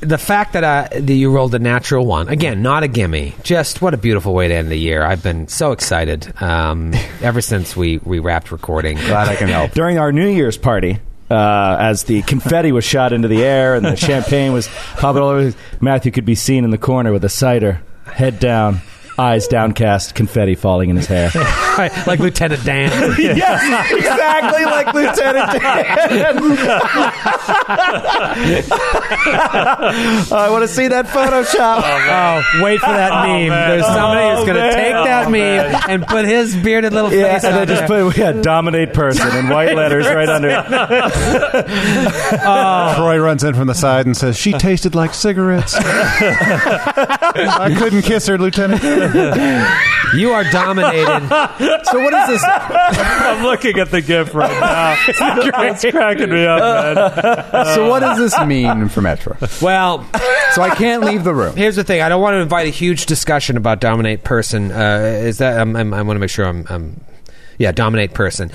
[SPEAKER 4] the fact that uh, that you rolled a natural one again, not a gimme. Just what a beautiful way to end the year. I've been so excited um, ever since we we wrapped recording.
[SPEAKER 3] Glad I can help.
[SPEAKER 6] During our New Year's party, uh, as the confetti was shot into the air and the champagne was popping all over, Matthew could be seen in the corner with a cider, head down, eyes downcast, confetti falling in his hair.
[SPEAKER 4] Right, like Lieutenant Dan.
[SPEAKER 6] Oh, yes, exactly like Lieutenant Dan. I want to see that Photoshop. Oh,
[SPEAKER 4] Oh, wait for that meme. There's somebody who's going to
[SPEAKER 6] man.
[SPEAKER 4] take that meme and put his bearded little
[SPEAKER 6] yeah,
[SPEAKER 4] face
[SPEAKER 6] and
[SPEAKER 4] on
[SPEAKER 6] then just
[SPEAKER 4] there.
[SPEAKER 6] put yeah, dominate person in white letters right under it.
[SPEAKER 7] Troy runs in from the side and says, She tasted like cigarettes. I couldn't kiss her, Lieutenant.
[SPEAKER 4] You are dominated.
[SPEAKER 3] So what is this?
[SPEAKER 5] I'm looking at the GIF right now. it's cracking me
[SPEAKER 6] Uh,
[SPEAKER 5] up, man.
[SPEAKER 3] so what does this mean for Metro?
[SPEAKER 4] Well,
[SPEAKER 3] So I can't leave the room.
[SPEAKER 4] here's the thing. I don't want to invite a huge discussion about dominate person. Uh, is that I'm, I'm, I want to make sure I'm, I'm, yeah, dominate person.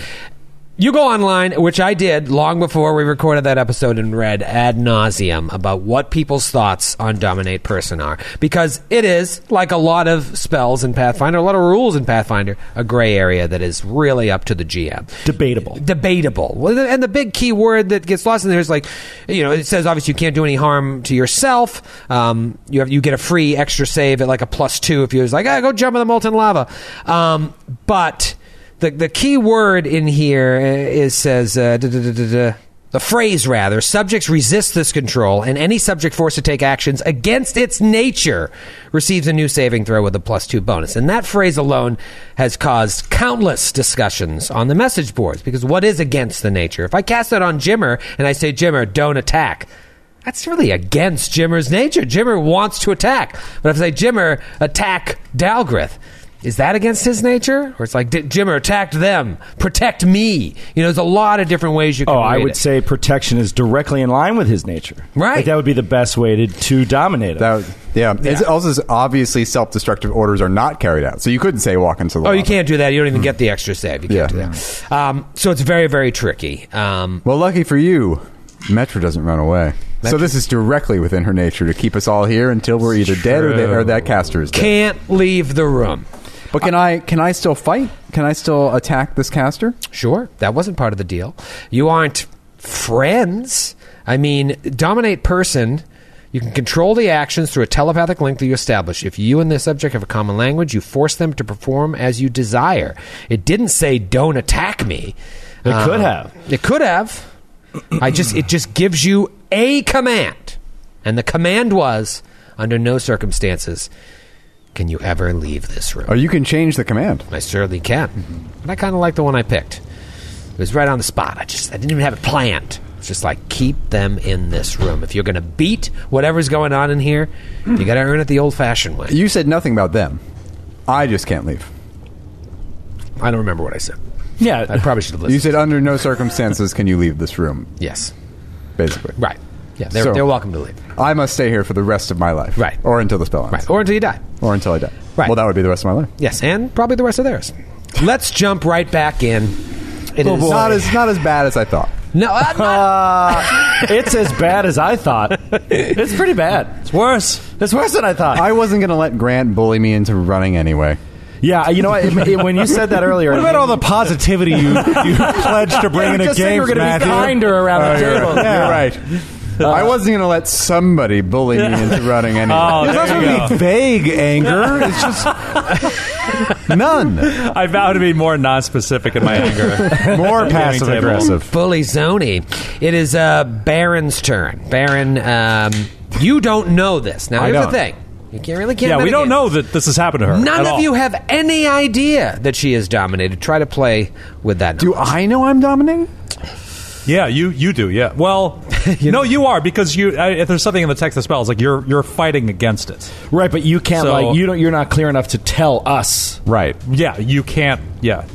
[SPEAKER 4] You go online, which I did long before we recorded that episode, and read ad nauseum about what people's thoughts on dominate person are, because it is like a lot of spells in Pathfinder, a lot of rules in Pathfinder, a gray area that is really up to the GM.
[SPEAKER 6] Debatable.
[SPEAKER 4] debatable. Well, th- And the big key word that gets lost in there is like, you know, it says obviously you can't do any harm to yourself. Um, you have you get a free extra save at like a plus two if you're just like, ah, go jump in the molten lava. Um, but the the key word in here uh, is says. Uh, duh, duh, duh, duh, duh, the phrase, rather, subjects resist this control, and any subject forced to take actions against its nature receives a new saving throw with a plus two bonus. And that phrase alone has caused countless discussions on the message boards because what is against the nature? If I cast that on Jimmer and I say, Jimmer, don't attack, that's really against Jimmer's nature. Jimmer wants to attack. But if I say, Jimmer, attack Dalgrith, is that against his nature? Or it's like, "D- Jimmer, attacked them, protect me. You know, there's a lot of different ways you can
[SPEAKER 6] Oh, I
[SPEAKER 4] read
[SPEAKER 6] would
[SPEAKER 4] it.
[SPEAKER 6] say protection is directly in line with his nature.
[SPEAKER 4] Right.
[SPEAKER 6] Like, that would be the best way to, to dominate him.
[SPEAKER 3] That, yeah. It's also obviously self-destructive orders are not carried out. So you couldn't say walk into the.
[SPEAKER 4] Oh,
[SPEAKER 3] lava.
[SPEAKER 4] you can't do that. You don't even get the extra save. You can't
[SPEAKER 3] Yeah.
[SPEAKER 4] do that. Um, so it's very, very tricky. Um,
[SPEAKER 3] Well, lucky for you, Metro doesn't run away. So this is directly within her nature to keep us all here until we're either dead or, they, or that caster is dead.
[SPEAKER 4] can't leave the room.
[SPEAKER 3] But can I can I still fight? Can I still attack this caster?
[SPEAKER 4] Sure, that wasn't part of the deal. You aren't friends. I mean, dominate person. You can control the actions through a telepathic link that you establish. If you and the subject have a common language, you force them to perform as you desire. It didn't say don't attack me. Um,
[SPEAKER 6] It could have.
[SPEAKER 4] It could have. I just it just gives you a command. And the command was under no circumstances can you ever leave this room.
[SPEAKER 3] Or Oh, you can change the command.
[SPEAKER 4] I certainly can.
[SPEAKER 3] Mm-hmm.
[SPEAKER 4] But I kind of like the one I picked. It was right on the spot. I just I didn't even have it planned. It's just like keep them in this room. If you're going to beat whatever's going on in here, you got to earn it the old-fashioned way.
[SPEAKER 3] You said nothing about them. I just can't leave.
[SPEAKER 4] I don't remember what I said.
[SPEAKER 5] Yeah.
[SPEAKER 4] I probably should have
[SPEAKER 3] You
[SPEAKER 4] listened.
[SPEAKER 3] said under no circumstances can you leave this room,
[SPEAKER 4] yes.
[SPEAKER 3] basically.
[SPEAKER 4] Right. Yeah, they're,
[SPEAKER 3] So-
[SPEAKER 4] they're welcome to leave.
[SPEAKER 3] I must stay here for the rest of my life.
[SPEAKER 4] Right.
[SPEAKER 3] Or until the spell ends.
[SPEAKER 4] Right. Or until you die.
[SPEAKER 3] Or until I die.
[SPEAKER 4] Right.
[SPEAKER 3] Well, that would be the rest of my life.
[SPEAKER 4] Yes, and probably the rest of theirs. Let's jump right back in. It is-
[SPEAKER 3] Oh, Not as not as bad as I thought.
[SPEAKER 4] no, uh, I'm not-
[SPEAKER 6] it's as bad as I thought. It's pretty bad. It's worse. It's worse than I thought.
[SPEAKER 3] I wasn't going to let Grant bully me into running anyway.
[SPEAKER 6] yeah, you know what? It- it- when you said that earlier,
[SPEAKER 8] What about all the positivity you, you pledged to bring
[SPEAKER 6] you
[SPEAKER 8] in a
[SPEAKER 6] just said
[SPEAKER 8] game,
[SPEAKER 6] you were gonna be kinder around
[SPEAKER 4] Uh,
[SPEAKER 6] the table.
[SPEAKER 3] Yeah, right. I wasn't going to let somebody bully me into running anyway.
[SPEAKER 5] Oh,
[SPEAKER 7] It's not
[SPEAKER 5] there you
[SPEAKER 7] supposed
[SPEAKER 5] go.
[SPEAKER 7] to be vague anger. It's just none.
[SPEAKER 5] I vow to be more non-specific in my anger.
[SPEAKER 7] More passive
[SPEAKER 5] table.
[SPEAKER 7] aggressive.
[SPEAKER 4] fully zony. It is uh, Baron's turn. Baron, um, you don't know this. Now,
[SPEAKER 7] I
[SPEAKER 4] here's
[SPEAKER 7] don't.
[SPEAKER 4] the thing. You can't really can't.
[SPEAKER 5] yeah, we
[SPEAKER 4] mitigate
[SPEAKER 5] don't
[SPEAKER 4] it.
[SPEAKER 5] know that this has happened to her.
[SPEAKER 4] None
[SPEAKER 5] at
[SPEAKER 4] of
[SPEAKER 5] all.
[SPEAKER 4] you have any idea that she is dominated. Try to play with that.
[SPEAKER 3] Do I know I'm dominated?
[SPEAKER 5] Yeah, you you do. Yeah. Well, no, you are because you. I, if there's something in the text of spells, like you're you're fighting against it.
[SPEAKER 6] right? But you can't
[SPEAKER 5] So-
[SPEAKER 6] like you don't. You're not clear enough to tell us.
[SPEAKER 7] Right.
[SPEAKER 5] Yeah, you can't. Yeah.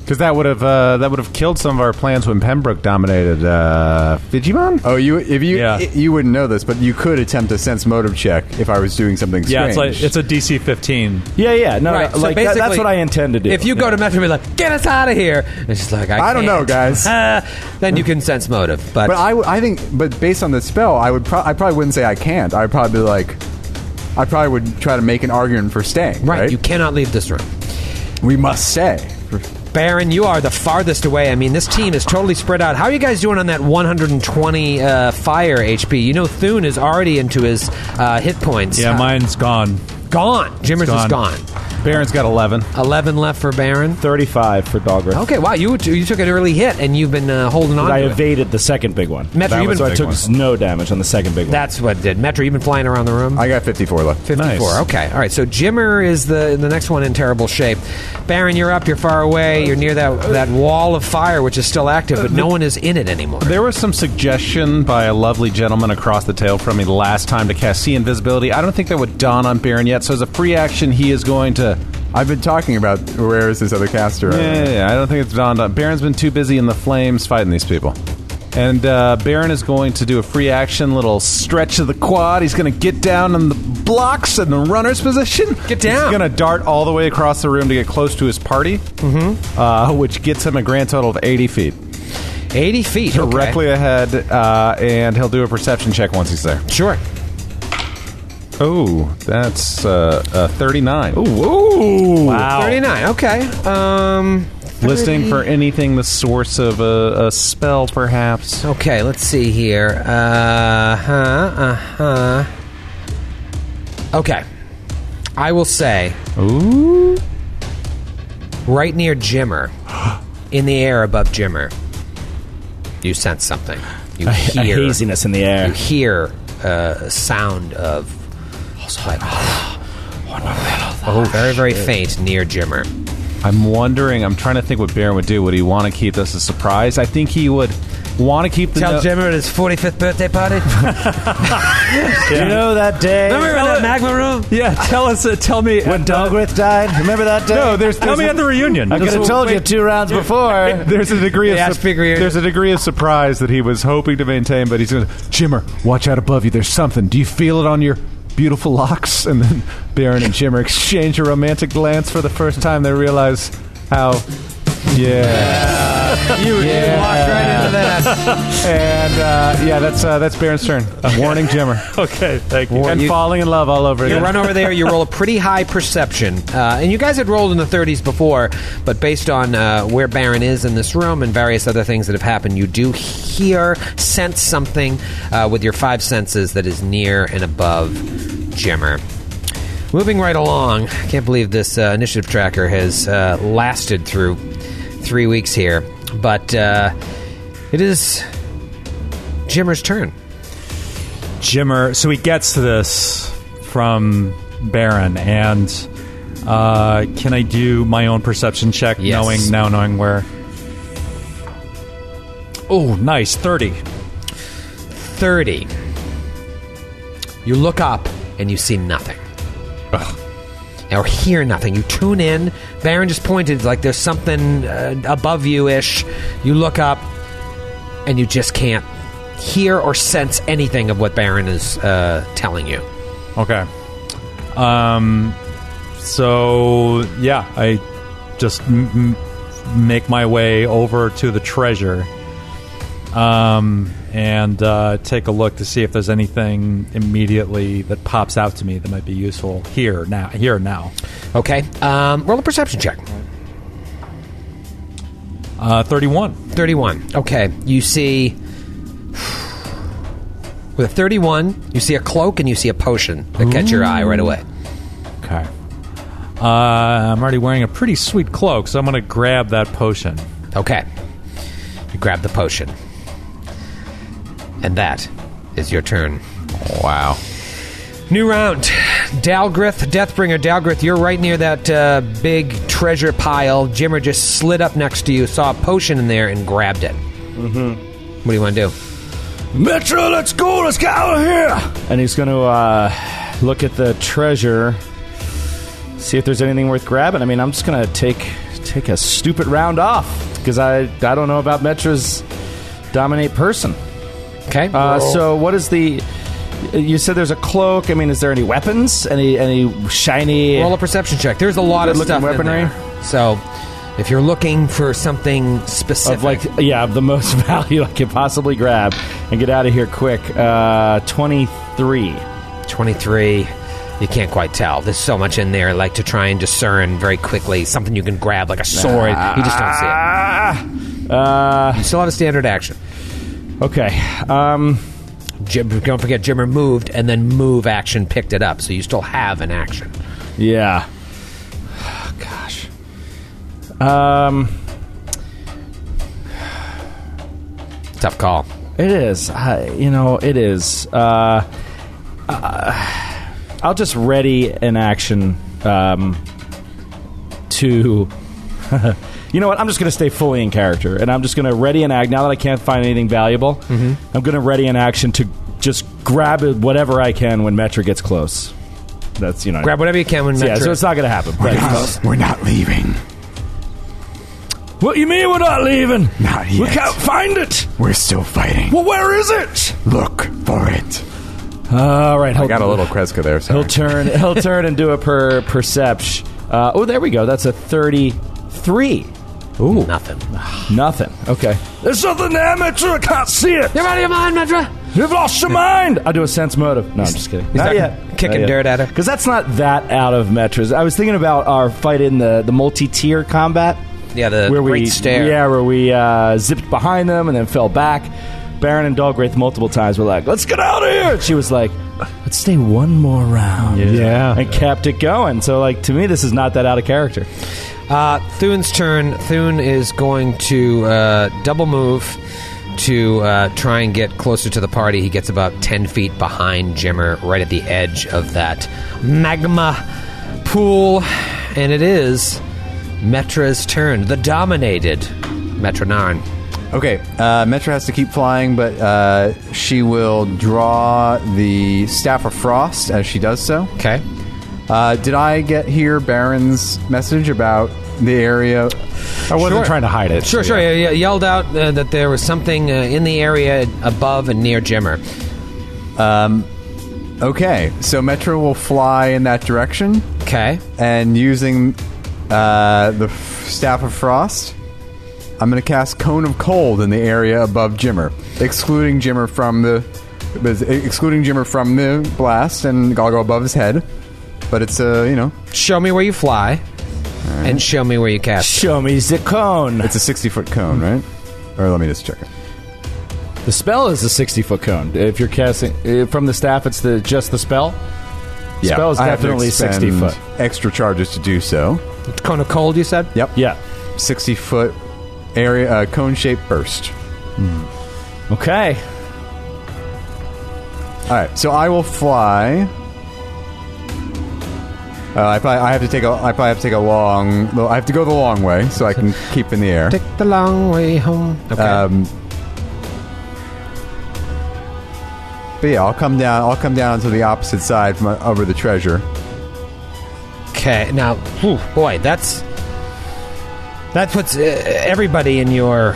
[SPEAKER 7] Because that would have uh, that would have killed some of our plans when Pembroke dominated uh, Digimon.
[SPEAKER 3] Oh, you if you
[SPEAKER 5] Yeah.
[SPEAKER 3] i- you wouldn't know this, but you could attempt a sense motive check if I was doing something
[SPEAKER 5] Yeah,
[SPEAKER 3] strange.
[SPEAKER 5] it's like it's a DC 15.
[SPEAKER 6] Yeah, yeah. No,
[SPEAKER 4] Right,
[SPEAKER 6] no,
[SPEAKER 4] so
[SPEAKER 6] like that- that's
[SPEAKER 4] basically,
[SPEAKER 6] what I intend to do.
[SPEAKER 4] If you go to Metro and be like, get us out of here, it's just like, I,
[SPEAKER 3] I don't know,
[SPEAKER 4] can't.
[SPEAKER 3] guys.
[SPEAKER 4] then you can sense motive. But,
[SPEAKER 3] But I, w- I think, but based on the spell, I would, pro- I probably wouldn't say I can't. I'd probably be like, I probably would try to make an argument for staying.
[SPEAKER 4] right,
[SPEAKER 3] Right?
[SPEAKER 4] you cannot leave this room.
[SPEAKER 3] we must stay.
[SPEAKER 4] Baron, you are the farthest away. I mean, this team is totally spread out. How are you guys doing on that 120 uh, fire HP? You know, Thune is already into his uh, hit points.
[SPEAKER 5] Yeah,
[SPEAKER 4] Uh,
[SPEAKER 5] mine's gone.
[SPEAKER 4] gone. Jimmers is gone.
[SPEAKER 5] gone.
[SPEAKER 7] Baron's got eleven.
[SPEAKER 4] 11 left for Baron.
[SPEAKER 6] 35 for Dogrith.
[SPEAKER 4] Okay, wow, you you took an early hit and you've been uh, holding on.
[SPEAKER 6] I
[SPEAKER 4] to it.
[SPEAKER 6] evaded the second big one.
[SPEAKER 4] Metro,
[SPEAKER 6] That
[SPEAKER 4] you've
[SPEAKER 6] was-
[SPEAKER 4] been-
[SPEAKER 6] so I took no damage on the second big one.
[SPEAKER 4] That's what it did. Metro, you've been flying around the room.
[SPEAKER 3] I got 54 left.
[SPEAKER 4] 54.
[SPEAKER 7] Nice.
[SPEAKER 4] Okay. All right. So Jimmer is the the next one in terrible shape. Baron, you're up. You're far away. You're near that that wall of fire, which is still active, but no one is in it anymore.
[SPEAKER 7] There was some suggestion by a lovely gentleman across the table from me last time to cast see invisibility. I don't think that would dawn on Baron yet. So as a free action, he is going to.
[SPEAKER 3] I've been talking about where is this other caster?
[SPEAKER 7] Yeah, yeah, yeah, I don't think it's dawned on. Baron's been too busy in the flames fighting these people. And uh, Baron is going to do a free action, little stretch of the quad. He's going to get down in the blocks in the runner's position.
[SPEAKER 4] Get down.
[SPEAKER 7] He's going to dart all the way across the room to get close to his party, mm-hmm. uh, which gets him a grand total of 80 feet.
[SPEAKER 4] 80 feet.
[SPEAKER 7] Directly ahead, uh, and he'll do a perception check once he's there.
[SPEAKER 4] Okay. Sure.
[SPEAKER 7] Oh, that's uh, uh, 39.
[SPEAKER 5] Wow.
[SPEAKER 4] 39. Okay. Um.
[SPEAKER 7] Listing for anything the source of a, a spell, perhaps.
[SPEAKER 4] Okay. Let's see here. Uh huh. Uh huh. Okay. I will say. Ooh. Right near Jimmer, in the air above Jimmer, you sense something. You
[SPEAKER 6] a
[SPEAKER 4] hear
[SPEAKER 6] haziness in the air.
[SPEAKER 4] you hear uh, sound of like, oh, very very faint near Jimmer.
[SPEAKER 7] I'm wondering, I'm trying to think what Baron would do. Would he want to keep this a surprise? I think he would want to keep the.
[SPEAKER 4] Tell
[SPEAKER 7] no-
[SPEAKER 4] Jimmer at his forty fifth birthday party.
[SPEAKER 6] You know that day
[SPEAKER 4] Remember in that magma room?
[SPEAKER 5] Yeah, tell us. Uh, tell me.
[SPEAKER 6] when Dogrith died? Remember that day?
[SPEAKER 7] No, there's.
[SPEAKER 5] tell
[SPEAKER 7] there's
[SPEAKER 5] me
[SPEAKER 7] a-
[SPEAKER 5] at the reunion.
[SPEAKER 6] I could have told you two rounds before.
[SPEAKER 7] There's a degree
[SPEAKER 4] Yeah,
[SPEAKER 7] of
[SPEAKER 4] it's bigger.
[SPEAKER 7] there's a degree of surprise that he was hoping to maintain, but he's going, Jimmer, watch out above you. There's something. Do you feel it on your beautiful locks? And then Baron and Jimmer exchange a romantic glance for the first time. They realize how, yeah,
[SPEAKER 4] You
[SPEAKER 7] Yeah.
[SPEAKER 4] walked right into that.
[SPEAKER 7] and uh, yeah, that's uh, that's Baron's turn. Warning, Jimmer,
[SPEAKER 5] Okay, thank you.
[SPEAKER 7] and falling in love all over
[SPEAKER 4] You
[SPEAKER 7] again.
[SPEAKER 4] run over there. You roll a pretty high perception, uh, and you guys had rolled in the thirties before, but based on uh, where Baron is in this room and various other things that have happened, you do hear sense something uh, with your five senses that is near and above Jimmer. Moving right along, I can't believe this uh, initiative tracker has uh, lasted through three weeks here, but uh, it is Jimmer's turn.
[SPEAKER 5] Jimmer. So he gets this from Baron, and uh, can I do my own perception check,
[SPEAKER 4] Yes.
[SPEAKER 5] knowing now knowing where? Oh, nice, thirty.
[SPEAKER 4] 30. You look up and you see nothing. or hear nothing. You tune in. Baron just pointed like there's something uh, above you ish. You look up, and you just can't hear or sense anything of what Baron is uh, telling you.
[SPEAKER 5] Okay. Um. So yeah, I just m- m- make my way over to the treasure, um, and uh, take a look to see if there's anything immediately that pops out to me that might be useful here now. Here now.
[SPEAKER 4] Okay, um, roll a perception check.
[SPEAKER 5] Uh, Thirty-one.
[SPEAKER 4] 31. Okay. You see. With a 31, you see a cloak and you see a potion that catch your eye right away.
[SPEAKER 5] Okay. Uh, I'm already wearing a pretty sweet cloak, so I'm gonna grab that potion.
[SPEAKER 4] Okay. You grab the potion. And that is your turn.
[SPEAKER 3] Wow.
[SPEAKER 4] New round. Dalgrith, Deathbringer, Dalgrith, you're right near that uh, big treasure pile. Jimmer just slid up next to you, saw a potion in there, and grabbed it. Mm-hmm. What do you want to do?
[SPEAKER 6] Metro, let's go. Let's get out of here. And he's going to uh, look at the treasure, see if there's anything worth grabbing. I mean, I'm just going to take take a stupid round off because I I don't know about Metra's dominate person.
[SPEAKER 4] Okay.
[SPEAKER 6] Uh, so what is the? You said there's a cloak. I mean, is there any weapons? Any any shiny?
[SPEAKER 4] Roll a perception check. There's a lot of
[SPEAKER 6] Good-looking
[SPEAKER 4] stuff in
[SPEAKER 6] weaponry?
[SPEAKER 4] there. So, if you're looking for something specific,
[SPEAKER 6] of like yeah of the most value I could possibly grab and get out of here quick. Uh, Twenty three.
[SPEAKER 4] 23, you can't quite tell. There's so much in there, like to try and discern very quickly something you can grab, like a sword. You just don't see it.
[SPEAKER 6] Uh,
[SPEAKER 4] You still have a standard action.
[SPEAKER 6] okay. Um,
[SPEAKER 4] Jim, don't forget, Jimmer moved, and then move action picked it up, so you still have an action.
[SPEAKER 6] yeah. Gosh. Um,
[SPEAKER 4] Tough call.
[SPEAKER 6] it is. I, you know, it is. Uh, uh, I'll just ready an action um, to. you know what? I'm just going to stay fully in character, and I'm just going to ready an act. Now that I can't find anything valuable, I'm going to ready an action to just grab whatever I can when Metra gets close. That's you know
[SPEAKER 4] Grab whatever you can when
[SPEAKER 6] Yeah,
[SPEAKER 4] Metra-
[SPEAKER 6] so it's not going to happen.
[SPEAKER 3] We're
[SPEAKER 6] But-
[SPEAKER 3] not, we're not leaving.
[SPEAKER 6] What you mean we're not leaving?
[SPEAKER 3] Not
[SPEAKER 6] We
[SPEAKER 3] yet.
[SPEAKER 6] can't find it.
[SPEAKER 3] We're still fighting.
[SPEAKER 6] Well, where is it?
[SPEAKER 3] Look for it.
[SPEAKER 6] All right, he'll,
[SPEAKER 3] I got a little Kreska there.
[SPEAKER 6] He'll
[SPEAKER 3] Sorry.
[SPEAKER 6] turn. He'll turn and do a per perception. Uh, oh, there we go. That's a thirty-three.
[SPEAKER 4] Nothing.
[SPEAKER 6] Nothing. Okay. There's nothing there, Metro. I can't see it.
[SPEAKER 4] You're out of your mind, Metra!
[SPEAKER 6] You've lost your mind. I do a sense motive. No, I'm just kidding.
[SPEAKER 4] not
[SPEAKER 6] Not yet.
[SPEAKER 4] kicking dirt at her.
[SPEAKER 6] Because that's not that out of Metro's. I was thinking about our fight in the the multi-tier combat.
[SPEAKER 4] Yeah, the
[SPEAKER 6] where
[SPEAKER 4] great
[SPEAKER 6] we
[SPEAKER 4] stare.
[SPEAKER 6] yeah where we uh, zipped behind them and then fell back. Baron and Dalgraith multiple times were like, "Let's get out of here." And she was like, "Let's stay one more round."
[SPEAKER 7] Yeah.
[SPEAKER 6] and kept it going. So like to me, this is not that out of character.
[SPEAKER 4] Uh, Thune's turn. Thune is going to uh, double move to uh, try and get closer to the party. He gets about 10 feet behind Jimmer, right at the edge of that magma pool. And it is Metra's turn, the dominated Metronarn.
[SPEAKER 3] Okay, uh, Metro has to keep flying, but uh, she will draw the Staff of Frost as she does so.
[SPEAKER 4] Okay.
[SPEAKER 3] Uh, did I get here Baron's message about the area?
[SPEAKER 7] I wasn't trying to hide it.
[SPEAKER 4] Sure, sure. Yeah. yeah, yelled out uh, that there was something uh, in the area above and near Jimmer.
[SPEAKER 3] Okay, so Metro will fly in that direction,
[SPEAKER 4] Okay.
[SPEAKER 3] and using uh, the f- Staff of Frost, I'm going to cast Cone of Cold in the area above Jimmer, excluding Jimmer from the excluding Jimmer from the blast, and I'll go above his head. But it's a uh, you know
[SPEAKER 4] Show me where you fly, and show me where you cast.
[SPEAKER 6] Show me the cone.
[SPEAKER 3] It's a 60 foot cone, right? Or let me just check it.
[SPEAKER 6] The spell is a sixty-foot cone. If you're casting uh, from the staff, it's the just the spell. spell is
[SPEAKER 3] I have to
[SPEAKER 6] definitely sixty
[SPEAKER 3] expend
[SPEAKER 6] foot.
[SPEAKER 3] Extra charges to do so.
[SPEAKER 4] Cone of cold, you said?
[SPEAKER 3] Yep.
[SPEAKER 6] Yeah.
[SPEAKER 3] 60 foot area, uh, cone shaped burst.
[SPEAKER 6] Okay.
[SPEAKER 3] All right, so I will fly. Uh, I, probably, I have to take a. I probably have to take a long. well, I have to go the long way so I can keep in the air.
[SPEAKER 4] Take the long way home. Okay.
[SPEAKER 3] Um, but yeah, I'll come down. I'll come down to the opposite side from over the treasure.
[SPEAKER 4] Okay, now, whew, boy, that's that puts uh, everybody in your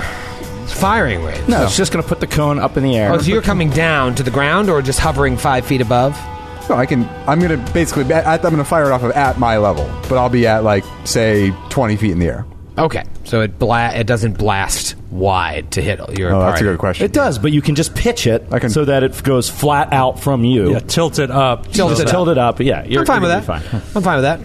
[SPEAKER 4] firing range.
[SPEAKER 6] No, it's just going to put the cone up in the air.
[SPEAKER 4] Oh, so you're coming down to the ground, or just hovering five feet above?
[SPEAKER 3] So I can. I'm gonna basically. be- I- I'm gonna fire it off of at my level, but I'll be at like say 20 feet in the air.
[SPEAKER 4] Okay, so it bla- it doesn't blast wide to hit your.
[SPEAKER 3] Oh, that's a
[SPEAKER 4] party.
[SPEAKER 3] good question.
[SPEAKER 6] It does, but you can just pitch it
[SPEAKER 3] I can-
[SPEAKER 6] so that it goes flat out from you.
[SPEAKER 5] Yeah, tilt it up.
[SPEAKER 4] Tilt
[SPEAKER 6] Just
[SPEAKER 4] it up.
[SPEAKER 6] tilt it up. Yeah, you're
[SPEAKER 4] I'm fine with
[SPEAKER 6] you're
[SPEAKER 4] that.
[SPEAKER 6] gonna be fine.
[SPEAKER 4] I'm fine with that.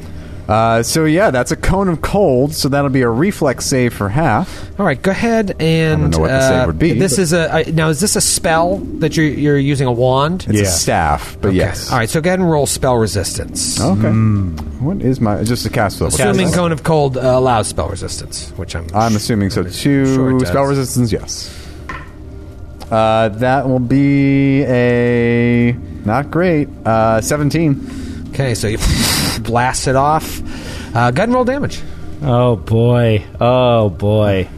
[SPEAKER 3] Uh, so yeah, that's a cone of cold. So that'll be a reflex save for half.
[SPEAKER 4] All right, go ahead and.
[SPEAKER 3] know what the
[SPEAKER 4] uh,
[SPEAKER 3] save would be,
[SPEAKER 4] This
[SPEAKER 3] but-
[SPEAKER 4] is a I- now. Is this a spell that you're you're using a wand?
[SPEAKER 3] It's
[SPEAKER 6] Yeah.
[SPEAKER 3] a staff, but yes. Oh.
[SPEAKER 4] All right, so go ahead and roll spell resistance.
[SPEAKER 3] Okay.
[SPEAKER 6] Hmm.
[SPEAKER 3] What is my just a cast level?
[SPEAKER 4] Assuming cone of cold uh, allows spell resistance, which I'm.
[SPEAKER 3] I'm assuming so. Two
[SPEAKER 4] sure it does.
[SPEAKER 3] spell resistance, yes. Uh, that will be a not great. Uh, 17.
[SPEAKER 4] Okay, so you blast it off. Uh, go ahead and roll damage.
[SPEAKER 6] Oh boy! Oh boy!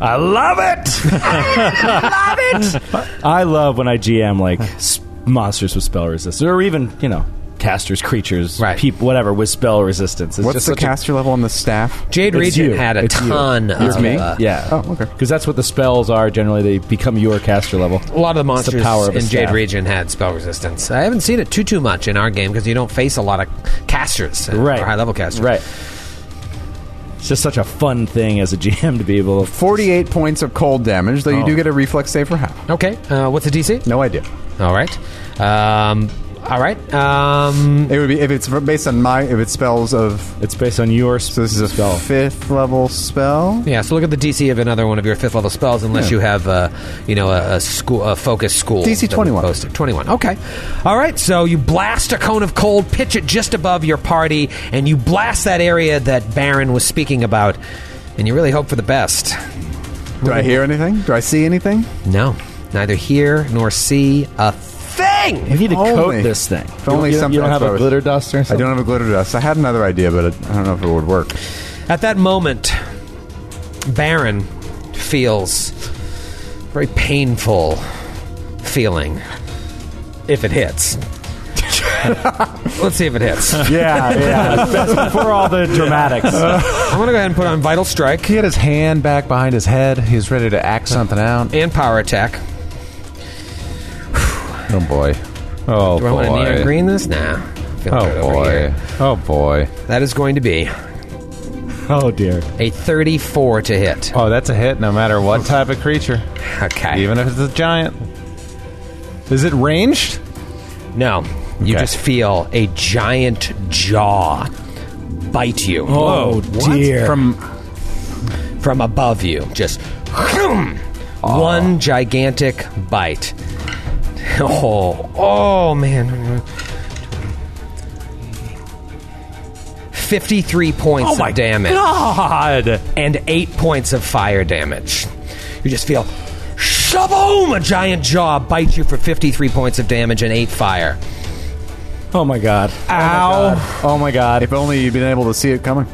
[SPEAKER 6] I love it! love it! I love when I GM like s- monsters with spell resistance, or even you know casters, creatures,
[SPEAKER 4] Right.
[SPEAKER 6] peop- whatever with spell resistance. It's
[SPEAKER 3] What's
[SPEAKER 6] just
[SPEAKER 3] the
[SPEAKER 6] such a-
[SPEAKER 3] caster level on the staff?
[SPEAKER 4] Jade
[SPEAKER 6] It's
[SPEAKER 4] Regent
[SPEAKER 6] you.
[SPEAKER 4] had a
[SPEAKER 6] It's you.
[SPEAKER 4] ton of
[SPEAKER 3] It's me?
[SPEAKER 4] uh,
[SPEAKER 6] yeah.
[SPEAKER 3] Oh, okay.
[SPEAKER 6] Because that's what the spells are. Generally, they become your caster level.
[SPEAKER 4] A lot of the monsters
[SPEAKER 6] the power of a
[SPEAKER 4] in Jade
[SPEAKER 6] staff.
[SPEAKER 4] Region had spell resistance. I haven't seen it too too much in our game because you don't face a lot of casters, uh,
[SPEAKER 6] Right.
[SPEAKER 4] Or high level casters,
[SPEAKER 6] Right. It's just such a fun thing as a GM to be able to.
[SPEAKER 3] 48 points of cold damage, though you
[SPEAKER 6] Oh.
[SPEAKER 3] do get a reflex save for half.
[SPEAKER 4] Okay, uh, what's the DC?
[SPEAKER 3] No idea.
[SPEAKER 6] Mm.
[SPEAKER 4] All right, um, all right. Um,
[SPEAKER 3] It would be if it's based on my if it spells of.
[SPEAKER 6] It's based on your
[SPEAKER 3] So this is a
[SPEAKER 6] spell.
[SPEAKER 3] fifth level spell.
[SPEAKER 4] yeah, so look at the DC of another one of your fifth level spells, unless you have, uh, you know, a, a school, a focus school.
[SPEAKER 3] DC
[SPEAKER 4] that we
[SPEAKER 3] 21.
[SPEAKER 4] posted. Twenty-one. Okay, all right. So you blast a cone of cold, pitch it just above your party, and you blast that area that Baron was speaking about, and you really hope for the best.
[SPEAKER 3] Do I hear anything? Do I see anything?
[SPEAKER 4] No, neither hear nor see a thing.
[SPEAKER 6] You need to coat
[SPEAKER 3] Only-
[SPEAKER 6] this thing.
[SPEAKER 3] If only
[SPEAKER 6] you, don't- you
[SPEAKER 3] something
[SPEAKER 6] don't have
[SPEAKER 3] else
[SPEAKER 6] a
[SPEAKER 3] was-
[SPEAKER 6] glitter dust or
[SPEAKER 3] I
[SPEAKER 6] something.
[SPEAKER 3] don't have a glitter dust. I had another idea, but it, I don't know if it would work.
[SPEAKER 4] At that moment, Baron feels very painful feeling. If it hits. Let's see if it hits. I'm
[SPEAKER 6] Yeah, yeah. For all the dramatics.
[SPEAKER 4] going to go ahead and put on Vital Strike
[SPEAKER 7] He had his hand back behind his head. He was ready to act something out.
[SPEAKER 4] and Power Attack.
[SPEAKER 7] Oh boy. Oh
[SPEAKER 4] Do I want to neon
[SPEAKER 7] boy.
[SPEAKER 4] green this? Nah. Feel good
[SPEAKER 7] Oh
[SPEAKER 4] over
[SPEAKER 7] boy.
[SPEAKER 4] here.
[SPEAKER 7] Oh boy.
[SPEAKER 4] That is going to be
[SPEAKER 6] oh dear.
[SPEAKER 4] a 34 to hit.
[SPEAKER 7] Oh, that's a hit no matter what type of creature,
[SPEAKER 4] Okay.
[SPEAKER 7] even if it's a giant. Is it ranged?
[SPEAKER 4] No, you
[SPEAKER 7] Okay.
[SPEAKER 4] just feel a giant jaw bite you
[SPEAKER 6] Oh dear.
[SPEAKER 7] From
[SPEAKER 4] from above you. Just one gigantic bite. Oh, oh man. 53 points of damage
[SPEAKER 5] God.
[SPEAKER 4] and 8 points of fire damage. You just feel shaboom! A giant jaw bites you for 53 points of damage and 8 fire.
[SPEAKER 6] oh my god.
[SPEAKER 4] Ow.
[SPEAKER 6] Oh my god.
[SPEAKER 3] If only you'd been able to see it coming.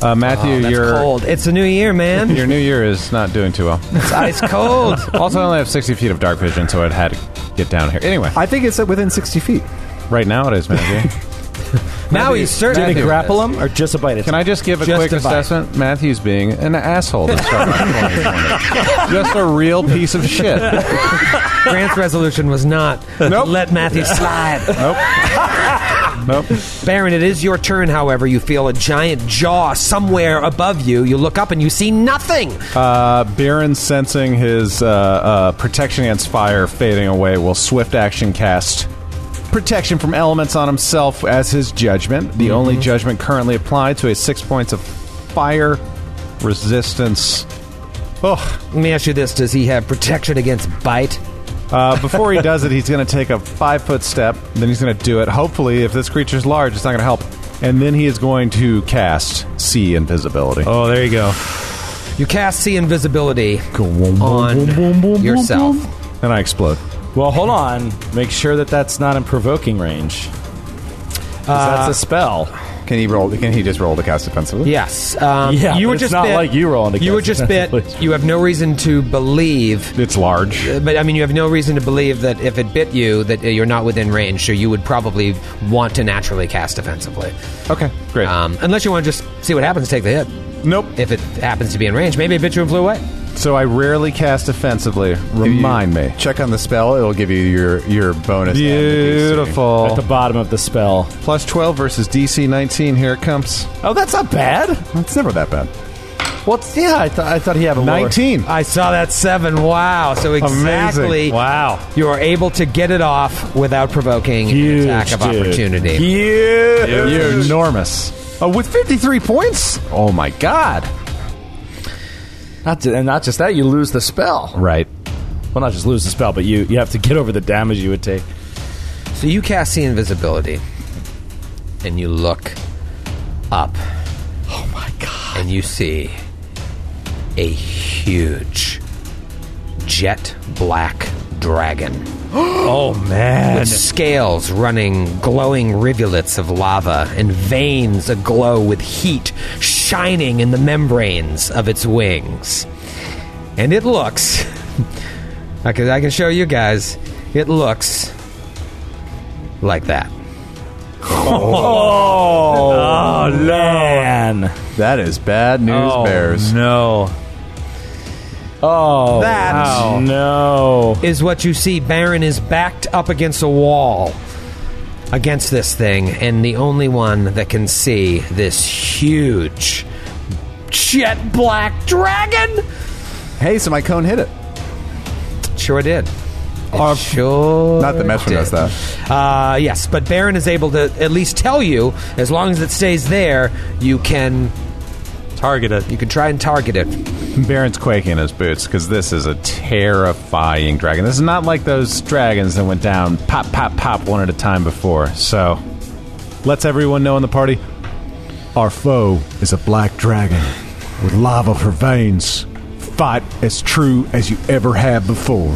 [SPEAKER 7] uh, Matthew,
[SPEAKER 4] Oh, That's
[SPEAKER 7] your
[SPEAKER 4] cold. It's a new year, man.
[SPEAKER 7] your new year is not doing too well.
[SPEAKER 4] It's ice cold.
[SPEAKER 7] also, I only have sixty feet of dark vision, so I'd had to get down here. Anyway,
[SPEAKER 3] I think it's within 60 feet.
[SPEAKER 7] right now it is Matthew.
[SPEAKER 4] now he's certainly
[SPEAKER 6] Did it grapple him or just a bite? It's
[SPEAKER 7] Can I just give a
[SPEAKER 4] Just
[SPEAKER 7] quick
[SPEAKER 4] a bite.
[SPEAKER 7] assessment? Matthew's being an asshole. To start off 2020. just a real piece of shit.
[SPEAKER 4] Grant's resolution was not let Matthew slide.
[SPEAKER 7] Nope.
[SPEAKER 4] Baron, it is your turn. However, you feel a giant jaw somewhere above you. You look up and you see nothing.
[SPEAKER 7] Uh, Baron sensing his uh, uh, protection against fire fading away will swift action cast protection from elements on himself as his judgment. The only judgment currently applied to a six points of fire resistance. Ugh.
[SPEAKER 4] Let me ask you this: Does he have protection against bite?
[SPEAKER 7] Uh, before he does it, he's going to take a five foot step. Then he's going to do it. Hopefully, if this creature's large, it's not going to help. And then he is going to cast see invisibility.
[SPEAKER 5] Oh, there you go.
[SPEAKER 4] You cast see invisibility on yourself.
[SPEAKER 7] And I explode.
[SPEAKER 6] well, hold on. Make sure that that's not in provoking range. 'Cause that's a spell.
[SPEAKER 3] Can he roll? Can he just roll to cast defensively?
[SPEAKER 4] Yes. Um,
[SPEAKER 6] Yeah,
[SPEAKER 4] You
[SPEAKER 6] but
[SPEAKER 4] were
[SPEAKER 6] it's
[SPEAKER 4] just
[SPEAKER 6] not
[SPEAKER 4] bit-
[SPEAKER 6] like you rolling to
[SPEAKER 4] You were
[SPEAKER 6] cast
[SPEAKER 4] just bit.
[SPEAKER 6] defensively.
[SPEAKER 4] You have no reason to believe.
[SPEAKER 7] It's large.
[SPEAKER 4] But I mean, you have no reason to believe that if it bit you, that uh, you're not within range. So you would probably want to naturally cast defensively,
[SPEAKER 7] Okay, great.
[SPEAKER 4] um, unless you want to just see what happens. Take the hit.
[SPEAKER 7] nope.
[SPEAKER 4] If it happens to be in range, maybe it bit you and flew away.
[SPEAKER 7] So I rarely cast offensively.
[SPEAKER 3] If you
[SPEAKER 7] Remind me.
[SPEAKER 3] Check on the spell; it'll give you your your bonus. and the DC.
[SPEAKER 6] At the
[SPEAKER 7] Beautiful.
[SPEAKER 6] bottom of the spell.
[SPEAKER 7] Plus 12 versus DC 19. Here it comes.
[SPEAKER 6] Oh, that's not bad.
[SPEAKER 3] It's never that bad.
[SPEAKER 6] What's yeah? I, th- I thought he had a lower-
[SPEAKER 7] 19.
[SPEAKER 4] I saw that seven. Wow! So exactly,
[SPEAKER 6] Wow.
[SPEAKER 4] you are able to get it off without provoking
[SPEAKER 6] Huge,
[SPEAKER 4] an attack of
[SPEAKER 6] dude.
[SPEAKER 4] opportunity.
[SPEAKER 6] Yeah.
[SPEAKER 7] You're enormous.
[SPEAKER 6] Uh,
[SPEAKER 7] Oh, with 53 points? Oh my god.
[SPEAKER 6] Not ju- and not just that, you lose the spell.
[SPEAKER 7] Right.
[SPEAKER 6] Well, not just lose the spell, but you you have to get over the damage you would take.
[SPEAKER 4] So you cast the invisibility, and you look up. Oh my god! And you see a huge jet black dragon
[SPEAKER 5] Oh man,
[SPEAKER 4] with scales running glowing rivulets of lava and veins aglow with heat shining in the membranes of its wings. And it looks. I can, I can show you guys. It looks like that.
[SPEAKER 6] Oh, man.
[SPEAKER 3] That is bad news,
[SPEAKER 7] Oh.
[SPEAKER 3] bears.
[SPEAKER 5] no.
[SPEAKER 6] Oh,
[SPEAKER 4] That is
[SPEAKER 6] no.
[SPEAKER 4] what you see. Baron is backed up against a wall against this thing, and the only one that can see this huge jet black dragon.
[SPEAKER 3] Hey, so my cone hit it.
[SPEAKER 4] Sure did. It sure.
[SPEAKER 3] Uh, Not that Metro does
[SPEAKER 4] did.
[SPEAKER 3] that.
[SPEAKER 4] Uh, yes, but Baron is able to at least tell you, as long as it stays there, you can
[SPEAKER 5] Targeted.
[SPEAKER 4] you can try and target it.
[SPEAKER 7] Baron's quaking in his boots because this is a terrifying dragon. This is not like those dragons that went down Um, pop, pop, pop one at a time before. So, let's everyone know in the party our foe is a black dragon with lava for veins. Fight as true as you ever have before.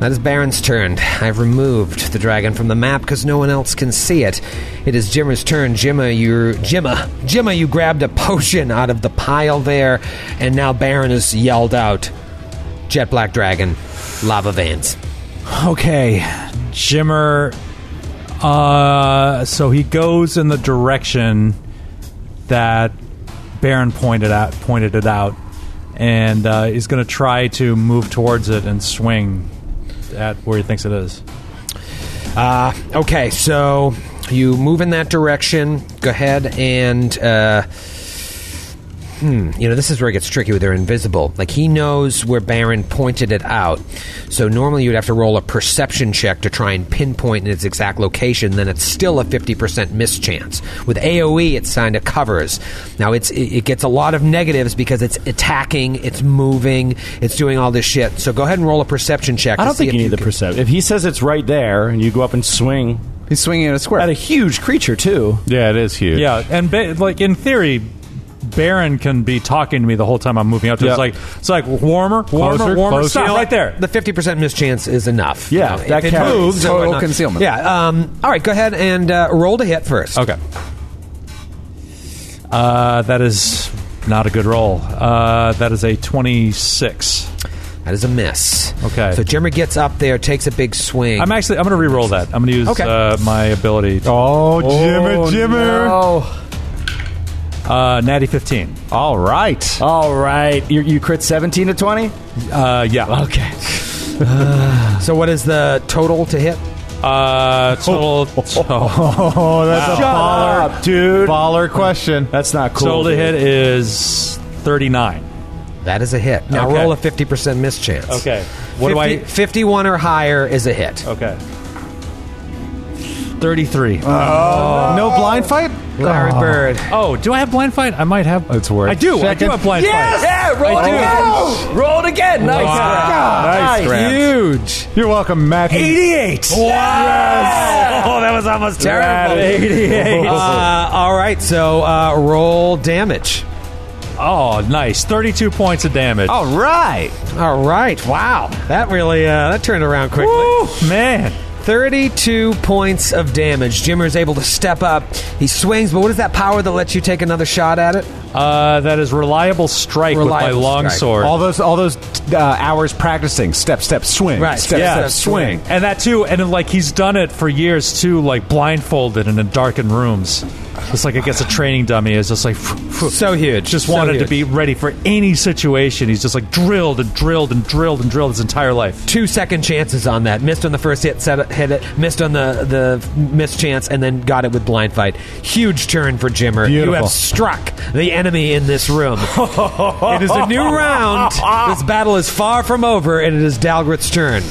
[SPEAKER 4] That is Baron's turn. I've removed the dragon from the map because no one else can see it. It is Jimmer's turn. Jimma, you Jimma, Jimma, you grabbed a potion out of the pile there, and now Baron is yelled out. Jet black dragon, lava veins.
[SPEAKER 5] Okay, Jimmer. Uh, so he goes in the direction that Baron pointed out, pointed it out, and uh, he's going to try to move towards it and swing at where he thinks it is.
[SPEAKER 4] Okay, so you move in that direction. Go ahead and. Uh, hmm, you know, this is where it gets tricky with they're invisible. Like, he knows where Baron pointed it out. So, normally you'd have to roll a perception check to try and pinpoint in its exact location. Then it's still a 50% mischance. With AoE, it's signed to covers. Now, it's it, it gets a lot of negatives because it's attacking, it's moving, it's doing all this shit. So, go ahead and roll a perception check.
[SPEAKER 6] I
[SPEAKER 4] to
[SPEAKER 6] don't
[SPEAKER 4] see
[SPEAKER 6] think
[SPEAKER 4] if
[SPEAKER 6] you need the
[SPEAKER 4] can-
[SPEAKER 6] perception. If he says it's right there and you go up and swing
[SPEAKER 3] He's swinging at a square.
[SPEAKER 6] at a huge creature, too.
[SPEAKER 7] Yeah, it is huge.
[SPEAKER 5] Yeah, and ba- like in theory, Baron can be talking to me the whole time I'm moving up to. it.
[SPEAKER 7] Yeah.
[SPEAKER 5] It's like it's like warmer, warmer,
[SPEAKER 7] Closer,
[SPEAKER 5] warmer.
[SPEAKER 7] closer.
[SPEAKER 5] Stop
[SPEAKER 7] You know,
[SPEAKER 5] right there.
[SPEAKER 4] The fifty percent mischance is enough.
[SPEAKER 6] Yeah,
[SPEAKER 4] if
[SPEAKER 6] that
[SPEAKER 4] it
[SPEAKER 6] counts.
[SPEAKER 4] moves,
[SPEAKER 3] Total
[SPEAKER 4] or whatnot.
[SPEAKER 3] concealment.
[SPEAKER 4] Yeah. Um, all right, go ahead and uh, roll to hit first.
[SPEAKER 5] Okay. Uh, that is not a good roll. Uh, that is a 26.
[SPEAKER 4] That is a miss.
[SPEAKER 5] Okay.
[SPEAKER 4] So Jimmer gets up there, takes a big swing.
[SPEAKER 5] I'm actually I'm going to re-roll that. I'm going to use
[SPEAKER 4] Okay.
[SPEAKER 5] uh, my ability. To,
[SPEAKER 7] Oh, Jimmer, Jimmer.
[SPEAKER 5] uh, natty 15.
[SPEAKER 7] All right.
[SPEAKER 6] All right. You, you crit 17 to 20?
[SPEAKER 5] Uh, yeah.
[SPEAKER 6] Okay.
[SPEAKER 4] so what is the total to hit?
[SPEAKER 5] Uh, total to-
[SPEAKER 7] Oh, that's a baller,
[SPEAKER 6] up, dude.
[SPEAKER 7] baller question.
[SPEAKER 6] That's not cool.
[SPEAKER 5] total to
[SPEAKER 6] dude.
[SPEAKER 5] hit is 39.
[SPEAKER 4] That is a hit. Now
[SPEAKER 5] Okay.
[SPEAKER 4] roll a fifty percent mischance.
[SPEAKER 5] Okay. What
[SPEAKER 4] 50,
[SPEAKER 5] do
[SPEAKER 4] Fifty-one or higher is a hit.
[SPEAKER 5] I? Okay. 33.
[SPEAKER 7] No blind fight?
[SPEAKER 3] Ah.
[SPEAKER 4] Larry Bird.
[SPEAKER 5] oh, do I have blind fight? I might have.
[SPEAKER 7] It's worth
[SPEAKER 5] I do. I do
[SPEAKER 7] checking.
[SPEAKER 5] have blind fight.
[SPEAKER 6] Yeah, roll
[SPEAKER 5] I
[SPEAKER 6] it
[SPEAKER 5] do.
[SPEAKER 6] again. Roll it again. Nice.
[SPEAKER 7] Nice, Grant.
[SPEAKER 6] Huge.
[SPEAKER 7] You're welcome, Matthew.
[SPEAKER 6] 88. Wow. Oh, that was almost terrible. 88.
[SPEAKER 4] Uh, all right, so uh, roll damage.
[SPEAKER 5] Oh, nice. 32 points of damage.
[SPEAKER 6] Oh,
[SPEAKER 7] All right.
[SPEAKER 4] All right, wow, that really uh, that turned around quickly.
[SPEAKER 5] man.
[SPEAKER 4] 32 points of damage. Jimmer is able to step up. He swings, but what is that power that lets you take another shot at it?
[SPEAKER 5] Uh, that is reliable strike
[SPEAKER 4] Reliable
[SPEAKER 5] with my long
[SPEAKER 4] strike.
[SPEAKER 5] sword.
[SPEAKER 7] All those, all those uh, hours practicing. Step, step, swing.
[SPEAKER 4] Right.
[SPEAKER 7] Step,
[SPEAKER 4] Yeah.
[SPEAKER 7] step, swing.
[SPEAKER 5] and that too, and then, like he's done it for years too, like blindfolded and in darkened rooms. It's like I guess a training dummy is just like
[SPEAKER 4] So huge.
[SPEAKER 5] Just
[SPEAKER 4] So
[SPEAKER 5] wanted to
[SPEAKER 4] huge.
[SPEAKER 5] be ready for any situation. He's just like drilled and drilled and drilled and drilled his entire life.
[SPEAKER 4] Two second chances on that. Missed on the first hit, set, hit it, missed on the, the missed chance, and then got it with blind fight. Huge turn for Jimmer. You
[SPEAKER 7] Beautiful.
[SPEAKER 4] have struck the enemy in this room. it is a new round. This battle is far from over, and it is Dalgrith's turn.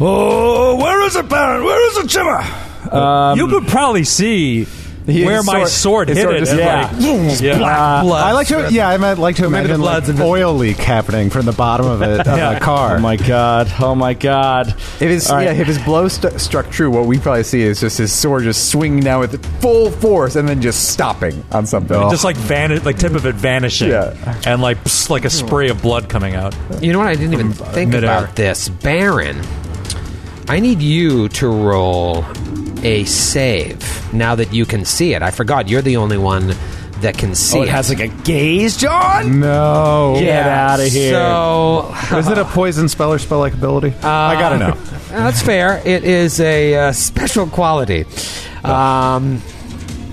[SPEAKER 8] Oh, where is it, Baron? Where is it, Jimmer?
[SPEAKER 5] you could probably see
[SPEAKER 7] He-
[SPEAKER 5] where
[SPEAKER 7] his
[SPEAKER 5] my sword
[SPEAKER 7] his
[SPEAKER 5] hit it.
[SPEAKER 7] just
[SPEAKER 5] and,
[SPEAKER 7] like-
[SPEAKER 5] like, yeah.
[SPEAKER 7] Uh,
[SPEAKER 4] blood
[SPEAKER 7] I like to,
[SPEAKER 4] dripping.
[SPEAKER 7] yeah, I might like to
[SPEAKER 4] Maybe the
[SPEAKER 7] imagine like
[SPEAKER 4] blood's
[SPEAKER 7] an
[SPEAKER 4] invisible.
[SPEAKER 7] oil leak happening from the bottom of a, of a car.
[SPEAKER 6] Oh my god! Oh my god!
[SPEAKER 3] If his,
[SPEAKER 6] All right.
[SPEAKER 3] yeah, if his blow st- struck true, what we probably see is just his sword just swinging down with full force and then just stopping on something.
[SPEAKER 5] just like vanish, like tip of it vanishing,
[SPEAKER 3] Yeah.
[SPEAKER 5] and like pss, like a spray of blood coming out.
[SPEAKER 4] You know what? I didn't even think
[SPEAKER 5] midair.
[SPEAKER 4] about this. Baron, I need you to roll a save now that you can see it. I forgot you're the only one that can see
[SPEAKER 6] Oh, it has like a gaze, John.
[SPEAKER 7] no.
[SPEAKER 6] Get out of here!
[SPEAKER 4] So um,
[SPEAKER 7] Is it a poison spell or spell like ability? Uh, I gotta know.
[SPEAKER 4] that's fair. It is a uh, special quality. Um,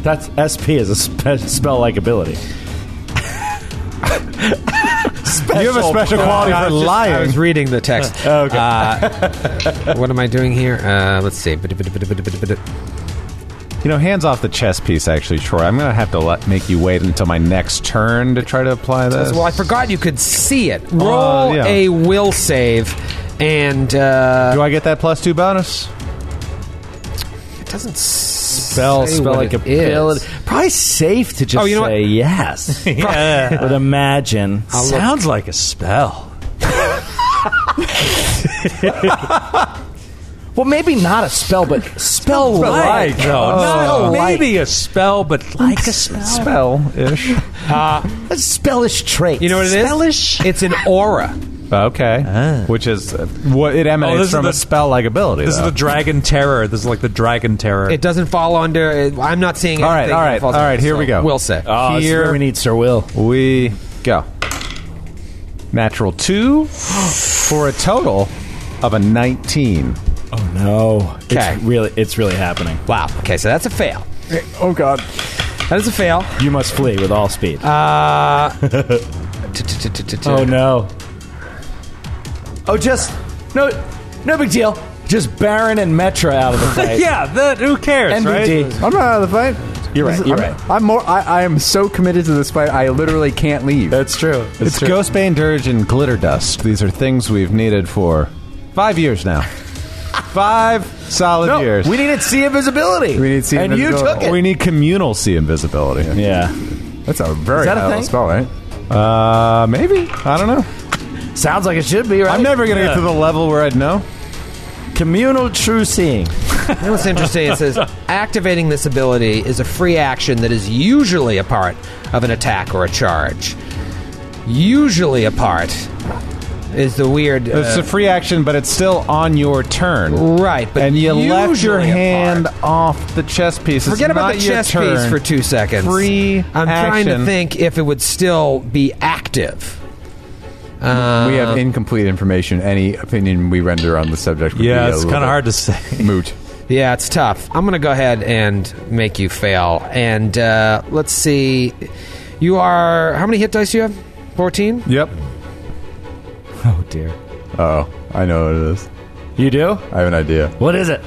[SPEAKER 6] That's SP is a spe- spell like ability.
[SPEAKER 7] You have a special quality for
[SPEAKER 4] I
[SPEAKER 7] lying.
[SPEAKER 4] was reading the text. okay. what am I doing here? Uh, let's see.
[SPEAKER 7] You know, hands off the chess piece, actually, Troy. I'm gonna have to let, make you wait until my next turn to try to apply this.
[SPEAKER 4] Well, I forgot you could see it. Roll
[SPEAKER 7] Uh, yeah.
[SPEAKER 4] a will save, and uh,
[SPEAKER 7] Do I get that plus two bonus?
[SPEAKER 4] it doesn't
[SPEAKER 6] Spell,
[SPEAKER 4] spell
[SPEAKER 6] spell like ability. Probably safe to just
[SPEAKER 4] Oh, you know
[SPEAKER 6] say
[SPEAKER 4] what?
[SPEAKER 6] yes. But imagine.
[SPEAKER 5] Sounds like a spell.
[SPEAKER 6] Well, maybe not a spell, but spell like.
[SPEAKER 5] Like, no,
[SPEAKER 6] Oh.
[SPEAKER 5] not maybe a spell, but like a
[SPEAKER 7] Oh.
[SPEAKER 5] spell.
[SPEAKER 7] Spell ish.
[SPEAKER 6] A spellish trait.
[SPEAKER 4] You know what it is? It's an aura.
[SPEAKER 7] Okay. Which is uh, what it
[SPEAKER 5] Oh, this
[SPEAKER 7] emanates
[SPEAKER 5] is
[SPEAKER 7] from
[SPEAKER 5] the-
[SPEAKER 7] a spell like ability.
[SPEAKER 5] This is
[SPEAKER 7] though.
[SPEAKER 5] the dragon terror. This is like the dragon terror.
[SPEAKER 4] It doesn't fall under. It, I'm not seeing.
[SPEAKER 7] All right,
[SPEAKER 4] anything
[SPEAKER 7] all
[SPEAKER 4] that
[SPEAKER 7] right,
[SPEAKER 4] falls
[SPEAKER 7] all
[SPEAKER 4] under
[SPEAKER 7] right,
[SPEAKER 4] the
[SPEAKER 7] here we
[SPEAKER 4] spell.
[SPEAKER 7] go. Uh,
[SPEAKER 4] Will save.
[SPEAKER 6] Oh, this is where we need Sir Will.
[SPEAKER 7] We go. Natural two for a total of a 19.
[SPEAKER 6] Oh no!
[SPEAKER 4] Okay.
[SPEAKER 6] It's really, it's really happening.
[SPEAKER 4] wow. Okay, so that's a fail.
[SPEAKER 3] oh god.
[SPEAKER 4] That is a fail.
[SPEAKER 6] You must flee with all speed.
[SPEAKER 4] Oh
[SPEAKER 6] oh no! Oh, just no, no big deal. Just Baron and Metra out of the fight.
[SPEAKER 5] yeah, that who cares, right?
[SPEAKER 6] NBD.
[SPEAKER 3] I'm not out of the fight.
[SPEAKER 6] You're right,
[SPEAKER 3] This-
[SPEAKER 6] you're
[SPEAKER 3] I'm,
[SPEAKER 6] right.
[SPEAKER 3] I'm more. I, I am so committed to this fight. I literally can't leave.
[SPEAKER 6] That's true.
[SPEAKER 7] It's Ghostbane Dirge and Glitter Dust. These are things we've needed for five years now. Five solid
[SPEAKER 6] No,
[SPEAKER 7] years.
[SPEAKER 6] Oh, we needed sea invisibility.
[SPEAKER 3] We need sea
[SPEAKER 6] and
[SPEAKER 3] invisibility.
[SPEAKER 6] you took it.
[SPEAKER 7] We need communal sea invisibility.
[SPEAKER 6] Yeah.
[SPEAKER 3] That's a very
[SPEAKER 6] Is that a
[SPEAKER 3] powerful
[SPEAKER 6] thing?
[SPEAKER 3] spell, right?
[SPEAKER 7] Uh, maybe. I don't know.
[SPEAKER 6] Sounds like it should be, right?
[SPEAKER 7] I'm never going to get to the level where I'd know.
[SPEAKER 6] Communal true seeing.
[SPEAKER 4] You know what's interesting? It says activating this ability is a free action that is usually a part of an attack or a charge. Usually a part is the weird.
[SPEAKER 7] It's
[SPEAKER 4] uh,
[SPEAKER 7] a free action, but it's still on your turn.
[SPEAKER 4] right, but
[SPEAKER 7] and you left your
[SPEAKER 4] usually a
[SPEAKER 7] hand
[SPEAKER 4] part.
[SPEAKER 7] off the chess piece. It's
[SPEAKER 4] Forget about
[SPEAKER 7] not
[SPEAKER 4] the
[SPEAKER 7] your
[SPEAKER 4] chess
[SPEAKER 7] turn.
[SPEAKER 4] piece for two seconds.
[SPEAKER 7] Free
[SPEAKER 4] I'm trying to
[SPEAKER 7] action.
[SPEAKER 4] think if it would still be active.
[SPEAKER 3] we
[SPEAKER 5] uh,
[SPEAKER 3] have incomplete information. Any opinion we render on the subject, would
[SPEAKER 5] Yeah,
[SPEAKER 3] be
[SPEAKER 5] it's kind of hard to say.
[SPEAKER 3] to moot.
[SPEAKER 4] Yeah, it's tough. I'm going to go ahead and make you fail. And uh, let's see. You are. How many hit dice do you have? 14?
[SPEAKER 3] Yep.
[SPEAKER 6] Oh dear.
[SPEAKER 3] Oh, I know what it is.
[SPEAKER 6] You do?
[SPEAKER 3] I have an idea.
[SPEAKER 6] What is it?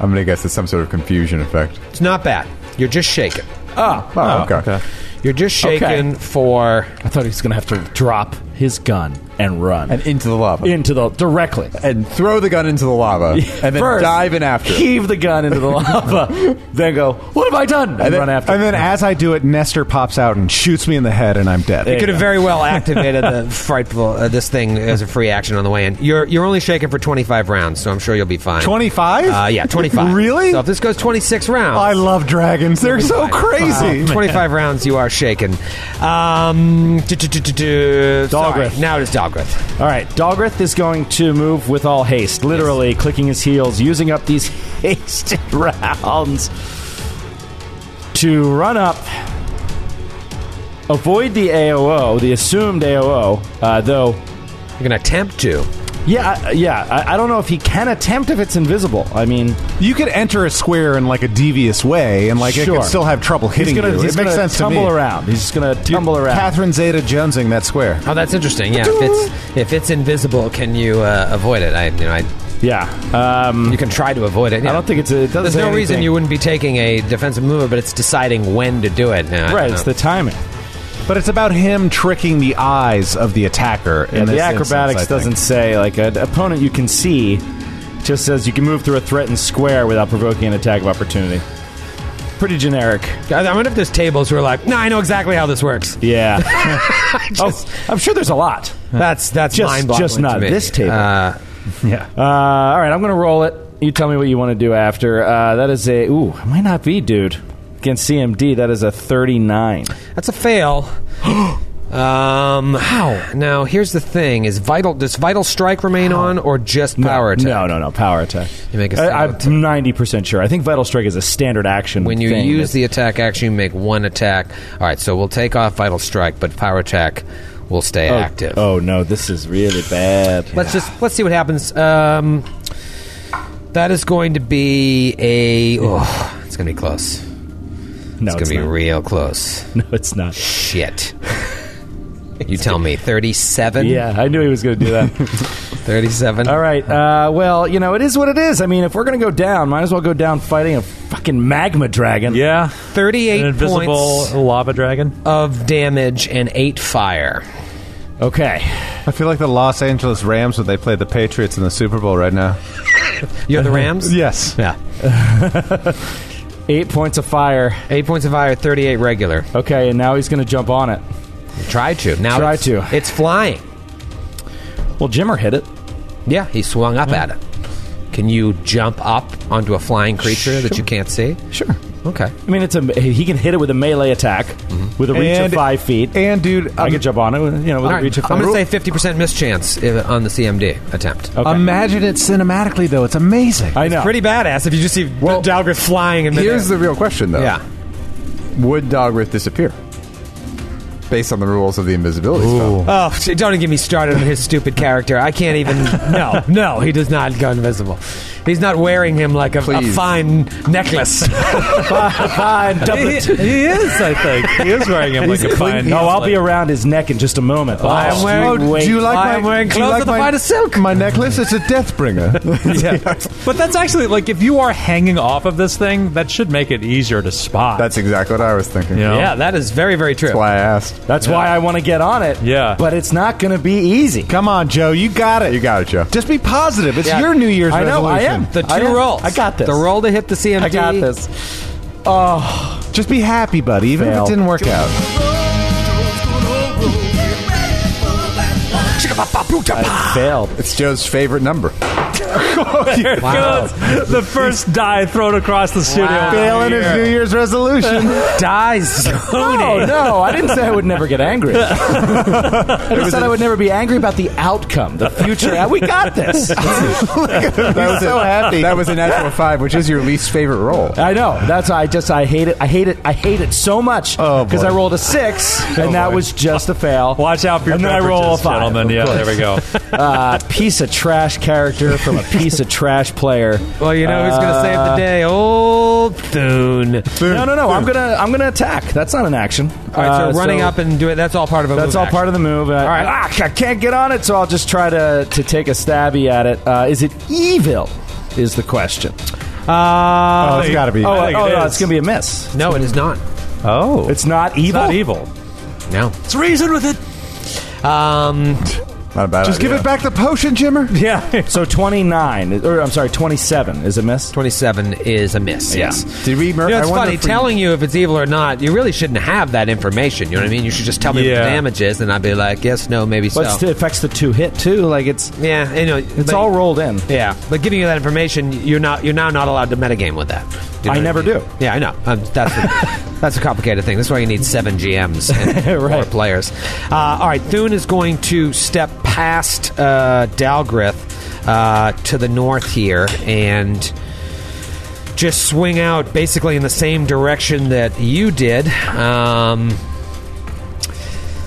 [SPEAKER 3] I'm gonna guess it's some sort of confusion effect.
[SPEAKER 4] It's not bad. You're just shaking.
[SPEAKER 5] Ah,
[SPEAKER 3] Oh, okay.
[SPEAKER 4] You're just shaken for.
[SPEAKER 6] I thought he was gonna have to drop his gun and run
[SPEAKER 3] And into the lava,
[SPEAKER 6] into the directly.
[SPEAKER 3] and throw the gun into the lava, and then
[SPEAKER 6] First,
[SPEAKER 3] dive in after.
[SPEAKER 6] Heave the gun into the lava. then go. What have I done? And,
[SPEAKER 7] And then,
[SPEAKER 6] run after.
[SPEAKER 7] and then as I do it, Nestor pops out and shoots me in the head, and I'm dead.
[SPEAKER 6] Hey.
[SPEAKER 4] Could have very well activated the frightful uh, this thing as a free action on the way in. You're you're only shaken for 25 rounds, so I'm sure you'll be fine.
[SPEAKER 7] 25?
[SPEAKER 4] Uh, yeah, 25.
[SPEAKER 7] Really?
[SPEAKER 4] So if this goes 26 rounds, uh,
[SPEAKER 7] I love dragons. They're so crazy.
[SPEAKER 4] 25 rounds, you are shaken. Um, do- do- do- do- do. Sorry,
[SPEAKER 6] Dogrith.
[SPEAKER 4] Now it is dog Dalgrith.
[SPEAKER 6] All right, Dalgrith is going to move with all haste, literally clicking his heels, using up these haste rounds to run up, avoid the AOO, the assumed AOO, uh, though.
[SPEAKER 4] You're gonna attempt to.
[SPEAKER 6] Yeah, I- uh, yeah. I, I don't know if he can attempt if it's invisible. I mean,
[SPEAKER 7] You could enter a square in like a devious way, and like it
[SPEAKER 6] Sure.
[SPEAKER 7] could still have trouble hitting
[SPEAKER 6] he's gonna,
[SPEAKER 7] you.
[SPEAKER 6] he's
[SPEAKER 7] it makes
[SPEAKER 6] gonna
[SPEAKER 7] sense to me.
[SPEAKER 6] tumble around. He's just gonna tumble around.
[SPEAKER 7] Catherine Zeta Jonesing that square.
[SPEAKER 4] Oh, that's interesting. Yeah, if it's if it's invisible, can you uh, avoid it? I you know I
[SPEAKER 6] yeah. Um,
[SPEAKER 4] you can try to avoid it.
[SPEAKER 6] I
[SPEAKER 4] yeah.
[SPEAKER 6] don't think it's. A, it doesn't
[SPEAKER 4] There's
[SPEAKER 6] say
[SPEAKER 4] no reason
[SPEAKER 6] anything.
[SPEAKER 4] you wouldn't be taking a defensive mover, but it's deciding when to do it. Now,
[SPEAKER 6] Right. It's the timing.
[SPEAKER 7] But it's about him tricking the eyes of the attacker. in
[SPEAKER 6] And the
[SPEAKER 7] this instance,
[SPEAKER 6] acrobatics
[SPEAKER 7] I think.
[SPEAKER 6] doesn't say like an opponent you can see. Just says you can move through a threatened square without provoking an attack of opportunity. Pretty generic.
[SPEAKER 4] I I wonder if there's tables who are like, no, I know exactly how this works.
[SPEAKER 6] Yeah. oh, I'm sure there's a lot.
[SPEAKER 4] That's that's
[SPEAKER 6] Just-
[SPEAKER 4] mind-boggling
[SPEAKER 6] just not
[SPEAKER 4] to me.
[SPEAKER 6] this table.
[SPEAKER 4] Uh,
[SPEAKER 6] Uh, all right, I'm going to roll it. You tell me what you want to do after. Uh, that is a ooh, it might not be, dude. Against CMD, that is a 39.
[SPEAKER 4] that's a fail. um, how? Now, here's the thing: is vital does vital strike remain on or just power attack?
[SPEAKER 6] No, no, no, power attack.
[SPEAKER 4] You make a
[SPEAKER 6] I-
[SPEAKER 4] single
[SPEAKER 6] I'm
[SPEAKER 4] attack.
[SPEAKER 6] 90 percent sure. I think vital strike is a standard action.
[SPEAKER 4] When you
[SPEAKER 6] thing.
[SPEAKER 4] use the attack action, you make one attack. All right, so we'll take off vital strike, but power attack will stay
[SPEAKER 6] oh,
[SPEAKER 4] active.
[SPEAKER 6] Oh no, this is really bad.
[SPEAKER 4] Let's just let's see what happens. Um, that is going to be a. Oh, it's going to be close.
[SPEAKER 6] no,
[SPEAKER 4] It's
[SPEAKER 6] it's
[SPEAKER 4] going to be
[SPEAKER 6] not.
[SPEAKER 4] real close.
[SPEAKER 6] no, it's not.
[SPEAKER 4] Shit. You tell me, thirty-seven.
[SPEAKER 6] Yeah, I knew he was going to do that.
[SPEAKER 4] thirty-seven.
[SPEAKER 6] All right. Uh, well, you know, it is what it is. I mean, if we're going to go down, might as well go down fighting a fucking magma dragon.
[SPEAKER 5] Yeah.
[SPEAKER 4] thirty-eight
[SPEAKER 5] An invisible
[SPEAKER 4] points
[SPEAKER 5] lava dragon.
[SPEAKER 4] of damage and eight fire.
[SPEAKER 6] Okay.
[SPEAKER 7] I feel like the Los Angeles Rams when they play the Patriots in the Super Bowl right now.
[SPEAKER 4] You're the
[SPEAKER 6] Uh-huh.
[SPEAKER 4] Rams.
[SPEAKER 7] Yes.
[SPEAKER 4] Yeah.
[SPEAKER 6] Eight points of fire.
[SPEAKER 4] Eight points of fire, thirty-eight regular.
[SPEAKER 6] Okay, and now he's going to jump on it.
[SPEAKER 4] Try to now.
[SPEAKER 6] Try
[SPEAKER 4] it's,
[SPEAKER 6] to.
[SPEAKER 4] It's flying.
[SPEAKER 6] Well, Jimmer hit it.
[SPEAKER 4] Yeah, he swung up at it. Can you jump up onto a flying creature that you can't see?
[SPEAKER 6] Sure.
[SPEAKER 4] Okay.
[SPEAKER 6] I mean, it's a he can hit it with a melee attack with a reach
[SPEAKER 7] And-
[SPEAKER 6] of five feet.
[SPEAKER 7] And dude,
[SPEAKER 6] I
[SPEAKER 3] uh,
[SPEAKER 7] um,
[SPEAKER 6] could jump on it, with, you know, with
[SPEAKER 4] All
[SPEAKER 6] a
[SPEAKER 4] right.
[SPEAKER 6] reach of
[SPEAKER 4] I'm
[SPEAKER 6] five.
[SPEAKER 4] going to say fifty percent mischance if, on the CMD attempt.
[SPEAKER 6] Okay.
[SPEAKER 7] imagine it cinematically though. It's amazing.
[SPEAKER 6] I know.
[SPEAKER 4] Pretty badass if you just see well, Dalgrith flying in midair.
[SPEAKER 3] Here's the real question, though.
[SPEAKER 4] yeah.
[SPEAKER 3] Would Dogrith disappear? Based on the rules of the invisibility spell.
[SPEAKER 4] Oh, sh- don't even get me started on his stupid character. I can't even. No, no, he does not go invisible. He's not wearing him like a, a
[SPEAKER 3] Please.
[SPEAKER 4] fine necklace.
[SPEAKER 6] fine. double
[SPEAKER 5] He,
[SPEAKER 6] it.
[SPEAKER 5] he is, I think. He is wearing him like a fine. Oh,
[SPEAKER 6] No, I'll be
[SPEAKER 5] like-
[SPEAKER 6] around his neck in just a moment. Oh,
[SPEAKER 4] I am wearing-
[SPEAKER 6] wait.
[SPEAKER 7] do you like
[SPEAKER 4] I
[SPEAKER 7] my
[SPEAKER 4] am wearing
[SPEAKER 7] do you
[SPEAKER 4] clothes
[SPEAKER 7] like
[SPEAKER 4] with a
[SPEAKER 7] my-
[SPEAKER 4] bite of silk.
[SPEAKER 7] My necklace, it's a deathbringer.
[SPEAKER 5] Yeah. But that's actually like if you are hanging off of this thing, that should make it easier to spot.
[SPEAKER 3] That's exactly what I was thinking.
[SPEAKER 5] You know?
[SPEAKER 4] yeah, that is very, very true.
[SPEAKER 3] That's why I asked.
[SPEAKER 6] That's why I want to get on it.
[SPEAKER 5] Yeah.
[SPEAKER 6] but it's not going to be easy.
[SPEAKER 7] Come on, Joe, you got it.
[SPEAKER 3] You got it, Joe.
[SPEAKER 7] Just be positive. It's
[SPEAKER 4] Yeah.
[SPEAKER 7] your New Year's
[SPEAKER 6] I know, I am.
[SPEAKER 7] resolution.
[SPEAKER 4] The two
[SPEAKER 6] I am-
[SPEAKER 4] rolls.
[SPEAKER 6] I got this.
[SPEAKER 4] The roll to hit the CMD.
[SPEAKER 6] I got this.
[SPEAKER 7] Just be happy, buddy. Even if
[SPEAKER 6] Fail.
[SPEAKER 7] it didn't work out. Ah.
[SPEAKER 6] I failed.
[SPEAKER 3] It's Joe's favorite number.
[SPEAKER 5] There it
[SPEAKER 4] Wow.
[SPEAKER 5] goes. The first die thrown across the studio.
[SPEAKER 4] Wow.
[SPEAKER 7] Failing his New Year's resolution.
[SPEAKER 4] Dies.
[SPEAKER 6] No, Oh, no, I didn't say I would never get angry. I just said I would never be angry about the outcome, the future. We got this.
[SPEAKER 3] That was so happy. That was a natural five, which is your least favorite roll.
[SPEAKER 6] I know. That's why I just I hate it. I hate it. I hate it so much
[SPEAKER 7] Oh, boy.
[SPEAKER 6] because I rolled a six
[SPEAKER 4] Oh,
[SPEAKER 6] and that was just a fail.
[SPEAKER 5] Watch out for your
[SPEAKER 6] And then I roll a
[SPEAKER 5] beverages,
[SPEAKER 6] five.
[SPEAKER 5] gentlemen. Yeah, there we go.
[SPEAKER 6] Uh, piece of trash character from a piece of trash player.
[SPEAKER 4] Well, you know who's going to save the day? Old Thune. All
[SPEAKER 6] No, no, no. I'm gonna I'm gonna attack. That's not an action.
[SPEAKER 4] right, so
[SPEAKER 6] Uh,
[SPEAKER 4] running up and doing that's all part of a
[SPEAKER 6] That's all part of the move. all
[SPEAKER 4] right.
[SPEAKER 6] right. I can't get on it, so I'll just try to, to take a stabby at it. Uh, is it evil? Is the question.
[SPEAKER 7] oh, it's got to be.
[SPEAKER 6] Oh,
[SPEAKER 5] think
[SPEAKER 6] oh,
[SPEAKER 5] it
[SPEAKER 6] no,
[SPEAKER 5] is.
[SPEAKER 6] it's going to be a miss.
[SPEAKER 4] Uh, No, it is not.
[SPEAKER 7] Oh.
[SPEAKER 6] It's not evil?
[SPEAKER 5] Not evil.
[SPEAKER 4] No.
[SPEAKER 5] Let's reason with it.
[SPEAKER 4] Um,
[SPEAKER 3] Not a bad
[SPEAKER 7] Just give it back the potion, Jimmer.
[SPEAKER 5] Yeah.
[SPEAKER 6] So 29, or I'm sorry, 27 is a miss.
[SPEAKER 4] 27 is a miss. Yes.
[SPEAKER 3] Did we? Mur-
[SPEAKER 4] You know, it's
[SPEAKER 3] I wonder
[SPEAKER 4] funny
[SPEAKER 3] if we-
[SPEAKER 4] telling you if it's evil or not. You really shouldn't have that information. You know what I mean? You should just tell me what
[SPEAKER 5] Yeah.
[SPEAKER 4] the damage is, and I'd be like, yes, no, maybe
[SPEAKER 6] But
[SPEAKER 4] so.
[SPEAKER 6] it affects the two hit, too. Like, it's
[SPEAKER 4] yeah, you know,
[SPEAKER 6] it's all rolled in.
[SPEAKER 4] Yeah, but giving you that information, you're not you're now not allowed to metagame with that. Do you
[SPEAKER 6] I
[SPEAKER 4] what
[SPEAKER 6] never
[SPEAKER 4] mean?
[SPEAKER 6] do.
[SPEAKER 4] Yeah, I know. Um, that's the, That's a complicated thing. That's why you need seven GMs and four players. Uh, all right, Thune is going to step past uh, Dalgrith uh, to the north here and just swing out basically in the same direction that you did. Um,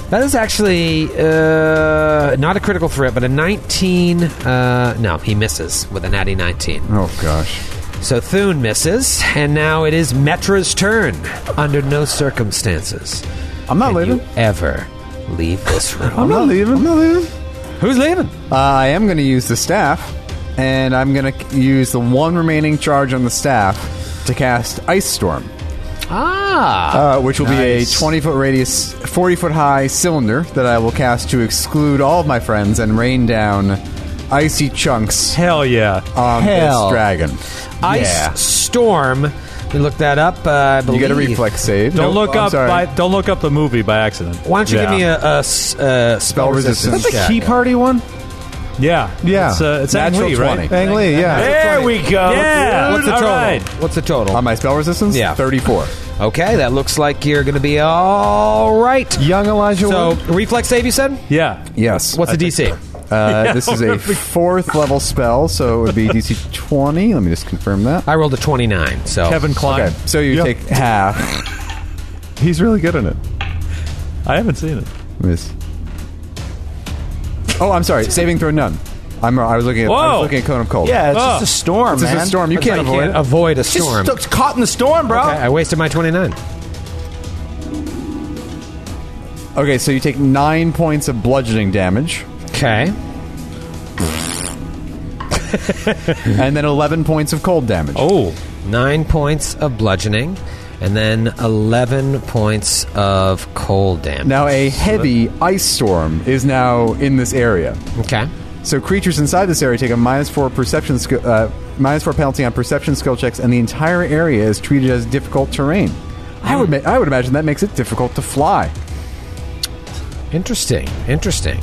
[SPEAKER 4] that is actually uh, not a critical threat, but a 19. Uh, no, he misses with a natty 19.
[SPEAKER 3] Oh gosh.
[SPEAKER 4] So Thune misses, and now it is Metra's turn. Under no circumstances.
[SPEAKER 3] I'm not
[SPEAKER 4] can
[SPEAKER 3] leaving.
[SPEAKER 4] You ever leave this room?
[SPEAKER 3] I'm not leaving. I'm not leaving.
[SPEAKER 7] Mm-hmm.
[SPEAKER 4] Who's leaving?
[SPEAKER 3] Uh, I am going to use the staff, and I'm going to use the one remaining charge on the staff to cast Ice Storm,
[SPEAKER 4] Ah,
[SPEAKER 3] uh, which will
[SPEAKER 4] Nice.
[SPEAKER 3] be a 20 foot radius, 40 foot high cylinder that I will cast to exclude all of my friends and rain down icy chunks
[SPEAKER 5] Hell yeah.
[SPEAKER 3] on
[SPEAKER 4] Hell.
[SPEAKER 3] this dragon.
[SPEAKER 4] ice
[SPEAKER 3] yeah.
[SPEAKER 4] storm. We looked that up. Uh, I
[SPEAKER 3] You
[SPEAKER 4] believe.
[SPEAKER 3] get a reflex save.
[SPEAKER 5] Don't
[SPEAKER 3] Nope,
[SPEAKER 5] look
[SPEAKER 3] I'm
[SPEAKER 5] up.
[SPEAKER 3] sorry.
[SPEAKER 5] By, don't look up the movie by accident.
[SPEAKER 4] Why don't you give me a, a s- uh, spell resistance?
[SPEAKER 3] resistance.
[SPEAKER 7] That's a
[SPEAKER 4] check?
[SPEAKER 7] key party one?
[SPEAKER 5] Yeah,
[SPEAKER 7] Yeah.
[SPEAKER 5] It's, uh, it's Ang
[SPEAKER 3] Natural
[SPEAKER 5] Lee,
[SPEAKER 3] 20.
[SPEAKER 5] right?
[SPEAKER 7] Ang Lee, yeah.
[SPEAKER 6] There we go.
[SPEAKER 5] Yeah.
[SPEAKER 4] What's the
[SPEAKER 5] All
[SPEAKER 4] total?
[SPEAKER 5] right.
[SPEAKER 4] What's the total?
[SPEAKER 3] On my spell resistance?
[SPEAKER 4] Yeah.
[SPEAKER 3] 34.
[SPEAKER 4] okay, that looks like you're going to be all right.
[SPEAKER 7] Young Elijah
[SPEAKER 4] So
[SPEAKER 7] Wood.
[SPEAKER 4] reflex save, you said?
[SPEAKER 5] Yeah.
[SPEAKER 3] Yes.
[SPEAKER 4] What's the DC?
[SPEAKER 3] Uh, this is a fourth level spell, so it would be DC 20. Let me just confirm that.
[SPEAKER 4] I rolled a 29. So
[SPEAKER 5] Kevin Klein.
[SPEAKER 3] Okay, so you
[SPEAKER 7] Yeah.
[SPEAKER 3] take half.
[SPEAKER 7] He's really good in it.
[SPEAKER 5] I haven't seen it.
[SPEAKER 3] Miss. Oh, I'm sorry. Saving throw none. I'm. I was looking at. I
[SPEAKER 5] Whoa.
[SPEAKER 3] was looking at cone of cold.
[SPEAKER 6] Yeah, it's
[SPEAKER 5] Oh.
[SPEAKER 6] just a storm,
[SPEAKER 3] This
[SPEAKER 6] man.
[SPEAKER 3] is a storm. You can't avoid it.
[SPEAKER 4] avoid a
[SPEAKER 6] Just
[SPEAKER 4] storm.
[SPEAKER 6] stuck- caught in the storm, bro.
[SPEAKER 4] I I wasted my 29.
[SPEAKER 3] Okay, so you take nine points of bludgeoning damage,
[SPEAKER 4] Okay.
[SPEAKER 3] and then 11 points of cold damage.
[SPEAKER 5] Oh,
[SPEAKER 4] Nine points of bludgeoning, and then 11 points of cold damage.
[SPEAKER 3] Now a heavy ice storm is now in this area.
[SPEAKER 4] Okay.
[SPEAKER 3] So creatures inside this area take a minus four perception sk- uh, minus four penalty on perception skill checks, and the entire area is treated as difficult terrain. I would ma- I would imagine that makes it difficult to fly.
[SPEAKER 4] Interesting. Interesting.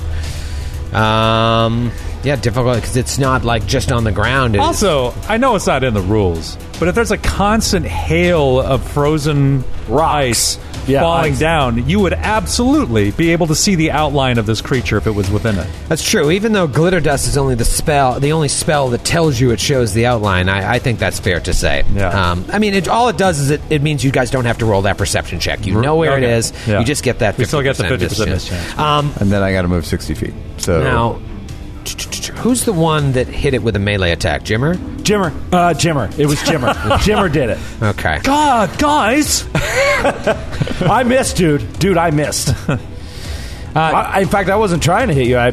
[SPEAKER 4] Um, yeah, difficult because it's not like just on the ground. It's
[SPEAKER 5] also, I know it's not in the rules, but if there's a constant hail of frozen rice
[SPEAKER 6] Yeah,
[SPEAKER 5] falling
[SPEAKER 6] ice.
[SPEAKER 5] down, you would absolutely be able to see the outline of this creature if it was within it.
[SPEAKER 4] that's true. Even though glitter dust is only the spell, the only spell that tells you it shows the outline. I, I think that's fair to say.
[SPEAKER 5] Yeah.
[SPEAKER 4] Um, I mean, it, all it does is it, it means you guys don't have to roll that perception check. You know where it
[SPEAKER 5] Mm-hmm. Okay.
[SPEAKER 4] is.
[SPEAKER 5] Yeah.
[SPEAKER 4] You just get that. 50%
[SPEAKER 5] We still get the 50%
[SPEAKER 4] mischance.
[SPEAKER 5] mischance.
[SPEAKER 4] Um,
[SPEAKER 3] And then I got to move 60 feet. So
[SPEAKER 4] Now, t- t- t- who's the one that hit it with a melee attack? Jimmer?
[SPEAKER 6] Jimmer. Uh, Jimmer. It was Jimmer. Jimmer did it.
[SPEAKER 4] Okay.
[SPEAKER 5] God, Ah, guys,
[SPEAKER 6] I missed, dude. Dude, I missed. I, I- in fact, I wasn't trying to hit you. I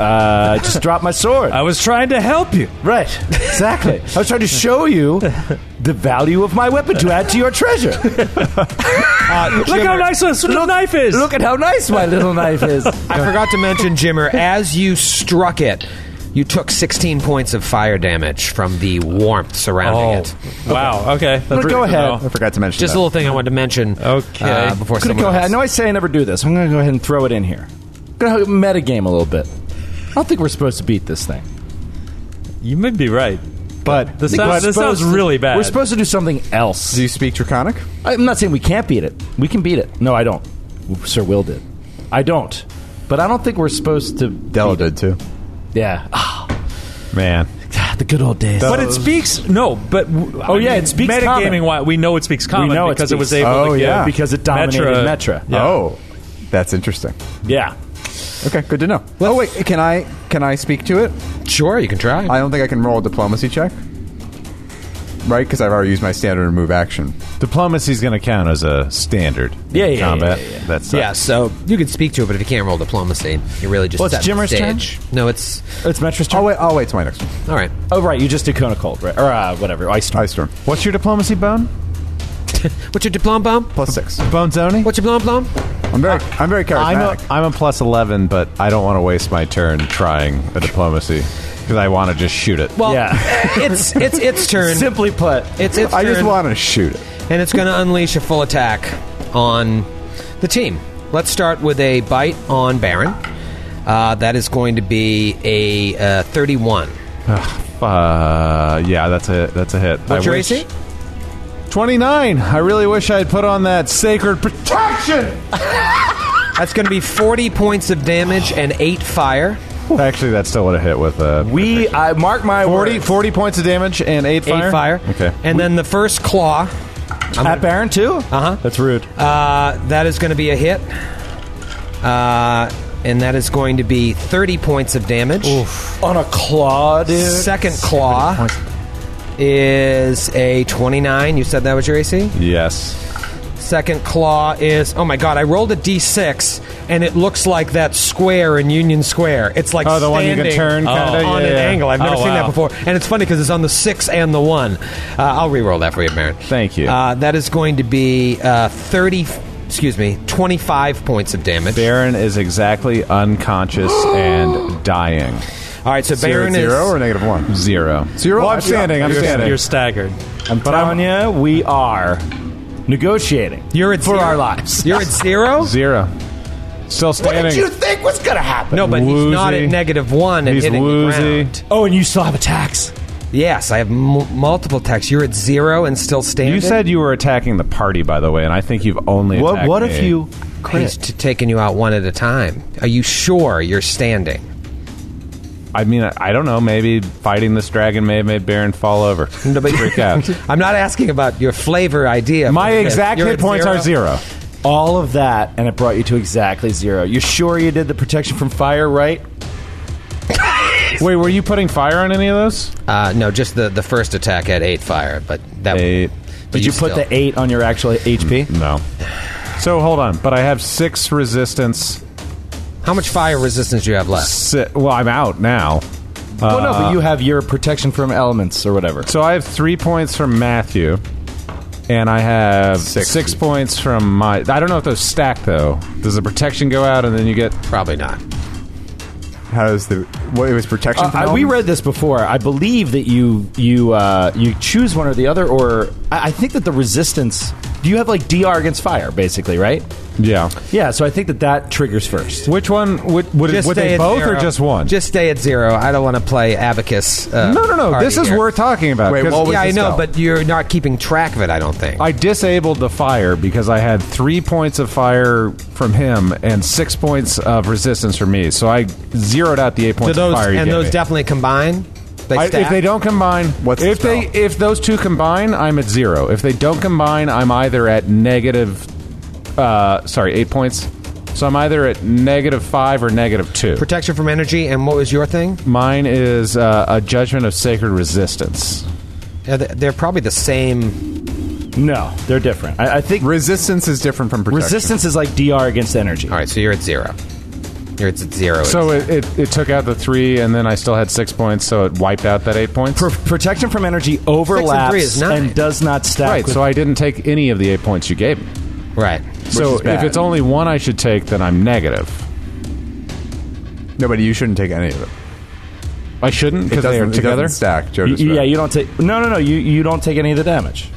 [SPEAKER 6] uh, just dropped my sword.
[SPEAKER 5] I was trying to help you.
[SPEAKER 6] right. Exactly. I was trying to show you the value of my weapon to add to your treasure.
[SPEAKER 4] Uh,
[SPEAKER 5] Look how nice this little knife is.
[SPEAKER 6] Look at how nice my little knife is.
[SPEAKER 4] I forgot to mention, Jimmer, as you struck it, you took 16 points of fire damage from the warmth surrounding
[SPEAKER 5] Oh,
[SPEAKER 4] it.
[SPEAKER 5] wow. Okay, That's
[SPEAKER 6] go
[SPEAKER 5] good to
[SPEAKER 6] ahead.
[SPEAKER 3] I
[SPEAKER 5] know.
[SPEAKER 3] forgot to mention
[SPEAKER 4] Just
[SPEAKER 3] that.
[SPEAKER 4] a little thing I wanted to mention.
[SPEAKER 5] Okay.
[SPEAKER 4] uh, before
[SPEAKER 6] I'm
[SPEAKER 4] someone
[SPEAKER 6] gonna go ahead. I
[SPEAKER 4] else.
[SPEAKER 6] know I say I never do this. I'm gonna go ahead and throw it in here. I'm gonna metagame a little bit. I don't think we're supposed to beat this thing.
[SPEAKER 5] You may be right.
[SPEAKER 6] But
[SPEAKER 5] This
[SPEAKER 6] I think
[SPEAKER 5] sounds-
[SPEAKER 6] we're
[SPEAKER 5] this sounds
[SPEAKER 6] supposed to-
[SPEAKER 5] really bad.
[SPEAKER 6] We're supposed to do something else.
[SPEAKER 3] Do you speak Draconic?
[SPEAKER 6] I'm not saying we can't beat it. We can beat it. No, I don't. Sir Will did. I don't. But I don't think we're supposed to.
[SPEAKER 3] Della
[SPEAKER 6] beat it.
[SPEAKER 3] did too.
[SPEAKER 6] Yeah. Ah,
[SPEAKER 7] Man.
[SPEAKER 6] the good old days.
[SPEAKER 5] But it speaks no. But w-
[SPEAKER 6] Oh, yeah, it speaks common.
[SPEAKER 5] metagaming. Why we know it speaks common
[SPEAKER 6] we know
[SPEAKER 5] because
[SPEAKER 6] it,
[SPEAKER 5] it,
[SPEAKER 6] speaks-
[SPEAKER 5] was able
[SPEAKER 3] Oh,
[SPEAKER 5] to give
[SPEAKER 3] yeah.
[SPEAKER 6] because it dominated Metra. Oh,
[SPEAKER 5] Metra. Yeah.
[SPEAKER 3] Oh, that's interesting.
[SPEAKER 6] Yeah.
[SPEAKER 3] Okay, good to know. oh wait, can I can I speak to it?
[SPEAKER 4] Sure, you can try.
[SPEAKER 3] I don't think I can roll a diplomacy check. Right, because I've already used my standard move action.
[SPEAKER 7] Diplomacy's going to count as a standard. in
[SPEAKER 6] Yeah, yeah, yeah,
[SPEAKER 7] combat.
[SPEAKER 6] yeah, yeah, yeah.
[SPEAKER 7] That's
[SPEAKER 4] yeah, so you can speak to it, but if you can't roll diplomacy, you're really just
[SPEAKER 6] Well, it's
[SPEAKER 4] setting the
[SPEAKER 6] Jimmer's turn?
[SPEAKER 4] stage. No, it's
[SPEAKER 6] It's Metra's turn.
[SPEAKER 3] I'll wait. I'll wait till my next one.
[SPEAKER 4] all right.
[SPEAKER 6] Oh, right. You just did Kona Cold, right? Or uh, whatever. Ice Storm.
[SPEAKER 3] Ice storm
[SPEAKER 7] What's your diplomacy bone?
[SPEAKER 4] What's your diplom bomb?
[SPEAKER 3] plus six.
[SPEAKER 7] Bone zoning?
[SPEAKER 4] What's your blom blom?
[SPEAKER 3] I'm very. I'm very
[SPEAKER 7] I'm
[SPEAKER 3] charismatic.
[SPEAKER 7] a, I'm a plus 11, but I don't want to waste my turn trying a diplomacy because I want to just shoot it.
[SPEAKER 4] Well,
[SPEAKER 6] Yeah.
[SPEAKER 4] it's it's its turn.
[SPEAKER 6] Simply put,
[SPEAKER 4] It's its
[SPEAKER 3] I just
[SPEAKER 4] turn.
[SPEAKER 3] want to shoot it.
[SPEAKER 4] and it's going to unleash a full attack on the team. Let's start with a bite on Baron. Uh, that is going to be a uh, 31.
[SPEAKER 7] Uh, yeah, that's a that's a hit.
[SPEAKER 4] What's
[SPEAKER 7] I
[SPEAKER 4] your
[SPEAKER 7] wish-
[SPEAKER 4] AC?
[SPEAKER 7] 29. I really wish I had put on that sacred protection.
[SPEAKER 4] That's going to be 40 points of damage and 8 fire.
[SPEAKER 7] Actually, that's still what I hit with. Uh,
[SPEAKER 6] We I mark my
[SPEAKER 7] 40,
[SPEAKER 6] words.
[SPEAKER 7] 40 points of damage and 8 fire?
[SPEAKER 4] 8 fire.
[SPEAKER 7] Okay.
[SPEAKER 4] And then the first claw.
[SPEAKER 6] at Baron too.
[SPEAKER 7] That's rude.
[SPEAKER 4] Uh, that is going to be a hit. Uh, and that is going to be 30 points of damage.
[SPEAKER 6] on a claw, dude.
[SPEAKER 4] Second claw is a 29. You said that was your AC?
[SPEAKER 7] yes.
[SPEAKER 4] Second claw is oh my god! I rolled a d6 and it looks like that square in Union Square. It's like
[SPEAKER 7] Oh, the one you can
[SPEAKER 4] standing
[SPEAKER 7] turn, kinda?
[SPEAKER 4] on
[SPEAKER 7] Yeah,
[SPEAKER 4] an
[SPEAKER 7] yeah.
[SPEAKER 4] angle. I've never
[SPEAKER 5] Oh,
[SPEAKER 4] seen that
[SPEAKER 5] wow.
[SPEAKER 4] before, and it's funny because it's on the six and the one. Uh, I'll re-roll that for you, Baron.
[SPEAKER 7] Thank you.
[SPEAKER 4] Uh, that is going to be uh, thirty. Excuse me, twenty-five points of damage.
[SPEAKER 7] Baron is exactly unconscious and dying.
[SPEAKER 4] All right, so
[SPEAKER 3] Zero,
[SPEAKER 4] Baron is
[SPEAKER 3] zero or negative one?
[SPEAKER 7] Zero.
[SPEAKER 3] Zero?
[SPEAKER 7] Well, I'm standing. I'm
[SPEAKER 3] You're-
[SPEAKER 7] standing.
[SPEAKER 5] You're staggered.
[SPEAKER 6] I'm telling you, we are negotiating.
[SPEAKER 4] You're at
[SPEAKER 6] for
[SPEAKER 4] zero.
[SPEAKER 6] our lives.
[SPEAKER 4] You're at zero.
[SPEAKER 7] Zero. Still standing.
[SPEAKER 6] think was gonna happen?
[SPEAKER 4] No, but he's not
[SPEAKER 7] Woozy.
[SPEAKER 4] at negative one and
[SPEAKER 7] He's
[SPEAKER 4] hitting
[SPEAKER 7] woozy.
[SPEAKER 4] the ground.
[SPEAKER 6] Oh, and you still have attacks.
[SPEAKER 4] Yes, I have m- multiple attacks. You're at zero and still standing.
[SPEAKER 7] You said you were attacking the party, by the way, and I think you've only.
[SPEAKER 6] What?
[SPEAKER 7] attacked
[SPEAKER 6] What
[SPEAKER 7] me.
[SPEAKER 6] if you
[SPEAKER 4] He's
[SPEAKER 6] crit?
[SPEAKER 4] t- taking you out one at a time. Are you sure you're standing?
[SPEAKER 7] I mean, I, I don't know. Maybe fighting this dragon may have made Baron fall over.
[SPEAKER 4] No, but-
[SPEAKER 7] Freak out.
[SPEAKER 4] I'm not asking about your flavor idea.
[SPEAKER 7] My
[SPEAKER 4] You're-
[SPEAKER 7] exact
[SPEAKER 4] you're
[SPEAKER 7] hit
[SPEAKER 4] at
[SPEAKER 7] points are zero.
[SPEAKER 6] All of that, and it brought you to exactly zero. You sure you did the protection from fire, right?
[SPEAKER 7] Wait, were you putting fire on any of those?
[SPEAKER 4] Uh, no, just the, the first attack had eight fire, but that.
[SPEAKER 3] Eh.
[SPEAKER 7] Eight.
[SPEAKER 4] but
[SPEAKER 6] Did you, put
[SPEAKER 4] still-
[SPEAKER 6] the eight on your actual HP?
[SPEAKER 7] No. So hold on, but I have six resistance.
[SPEAKER 4] How much fire resistance do you have left?
[SPEAKER 7] Si- well, I'm out now.
[SPEAKER 6] well, no, but you have your protection from elements or whatever.
[SPEAKER 7] So I have three points from Matthew, and I have six,
[SPEAKER 3] Six.
[SPEAKER 7] points from my. I don't know if those stack though. Does the protection go out, and then you get?
[SPEAKER 4] Probably not.
[SPEAKER 3] How does the. What, it was protection
[SPEAKER 6] Uh,
[SPEAKER 3] from
[SPEAKER 6] I- we
[SPEAKER 3] elements?
[SPEAKER 6] read this before. I believe that you you uh, you choose one or the other, or I, I think that the resistance. Do you have like DR against fire, basically, right?
[SPEAKER 7] Yeah.
[SPEAKER 6] Yeah. So I think that that triggers first.
[SPEAKER 7] Which one would would,
[SPEAKER 4] Just
[SPEAKER 7] would
[SPEAKER 4] stay
[SPEAKER 7] they
[SPEAKER 4] at
[SPEAKER 7] both
[SPEAKER 4] zero.
[SPEAKER 7] or just one?
[SPEAKER 4] Just stay at zero. I don't want to play abacus. Uh,
[SPEAKER 7] no, no, no.
[SPEAKER 4] party
[SPEAKER 7] This is
[SPEAKER 4] here.
[SPEAKER 7] worth talking about.
[SPEAKER 3] Wait,
[SPEAKER 7] 'cause
[SPEAKER 3] what was
[SPEAKER 4] Yeah, I
[SPEAKER 3] this
[SPEAKER 4] know,
[SPEAKER 3] spell?
[SPEAKER 4] but you're not keeping track of it. I don't think.
[SPEAKER 7] I disabled the fire because I had three points of fire from him and six points of resistance from me. So I zeroed out the eight
[SPEAKER 4] Do
[SPEAKER 7] points
[SPEAKER 4] those
[SPEAKER 7] of fire. you
[SPEAKER 4] and
[SPEAKER 7] gave
[SPEAKER 4] those
[SPEAKER 7] me.
[SPEAKER 4] definitely combine. They
[SPEAKER 7] I-
[SPEAKER 4] stack?
[SPEAKER 7] if they don't combine,
[SPEAKER 3] What's the
[SPEAKER 7] if they
[SPEAKER 3] spell?
[SPEAKER 7] if those two combine, I'm at zero. If they don't combine, I'm either at negative, uh, sorry, eight points. So I'm either at negative five or negative two.
[SPEAKER 4] protection from energy. And what was your thing?
[SPEAKER 7] Mine is uh, a judgment of sacred resistance.
[SPEAKER 4] Uh, they- They're probably the same.
[SPEAKER 6] No, they're different. I, I think
[SPEAKER 3] Resistance is different from protection.
[SPEAKER 6] resistance is like DR against energy.
[SPEAKER 4] All right, so you're at zero. You're at zero.
[SPEAKER 7] So it, it, it took out the three, and then I still had six points, so it wiped out that eight points.
[SPEAKER 6] Pro- protection from energy overlaps
[SPEAKER 4] three is nine.
[SPEAKER 6] and does not stack.
[SPEAKER 7] Right,
[SPEAKER 6] with-
[SPEAKER 7] so I didn't take any of the eight points you gave me.
[SPEAKER 4] right.
[SPEAKER 7] so
[SPEAKER 6] is bad.
[SPEAKER 7] if it's only one I should take, then I'm negative.
[SPEAKER 3] No, but you shouldn't take any of it.
[SPEAKER 7] I shouldn't
[SPEAKER 3] It
[SPEAKER 7] because they are
[SPEAKER 3] doesn't, it
[SPEAKER 7] together.
[SPEAKER 3] doesn't stack. Joe
[SPEAKER 6] Y-
[SPEAKER 3] just read.
[SPEAKER 6] yeah, you don't take. No, no, no. You you don't take any of the damage.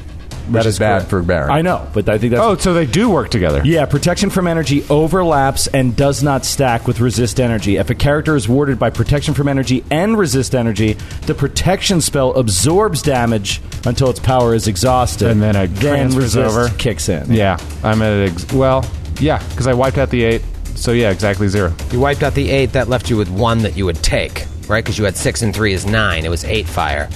[SPEAKER 3] Which is bad
[SPEAKER 6] correct.
[SPEAKER 3] for Baron.
[SPEAKER 6] I know, but I think that's.
[SPEAKER 7] Oh, so they do work together.
[SPEAKER 6] Yeah, protection from energy overlaps and does not stack with resist energy. If a character is warded by protection from energy and resist energy, the protection spell absorbs damage until its power is exhausted,
[SPEAKER 7] And then it transfers
[SPEAKER 6] resist
[SPEAKER 7] over.
[SPEAKER 6] kicks in.
[SPEAKER 7] Yeah, I'm at ex- well, yeah, because I wiped out the eight. So yeah, exactly zero.
[SPEAKER 4] You wiped out the eight. That left you with one that you would take, right? Because you had six and three is nine. It was eight fire.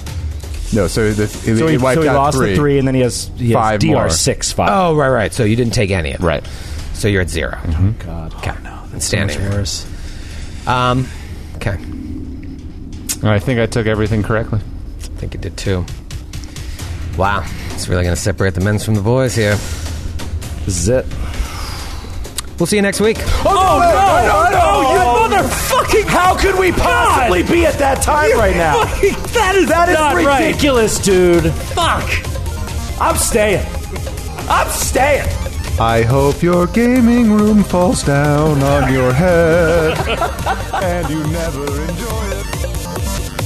[SPEAKER 3] No, so, the, it,
[SPEAKER 6] So he,
[SPEAKER 3] it wiped
[SPEAKER 6] so he
[SPEAKER 3] out
[SPEAKER 6] lost
[SPEAKER 3] three.
[SPEAKER 6] the three, and then he has, he has
[SPEAKER 3] Five
[SPEAKER 6] DR
[SPEAKER 3] more.
[SPEAKER 6] six five.
[SPEAKER 4] Oh, right, right. Mm-hmm. So you didn't take any of it.
[SPEAKER 7] Right.
[SPEAKER 4] So you're at zero.
[SPEAKER 6] God, Oh,
[SPEAKER 4] Okay. and standing. there.
[SPEAKER 6] worse.
[SPEAKER 4] um. Okay.
[SPEAKER 7] And I think I took everything correctly.
[SPEAKER 4] I think you did too. Wow. It's really going to separate the men's from the boys here.
[SPEAKER 3] Oh.
[SPEAKER 6] This is it.
[SPEAKER 4] We'll see you next week.
[SPEAKER 6] Oh, no, no, Oh, no, you motherfucking! How could we possibly be at that time right now? that is that is ridiculous, dude. Fuck! I'm staying. I'm staying.
[SPEAKER 7] I hope your gaming room falls down on your head, and you never enjoy it.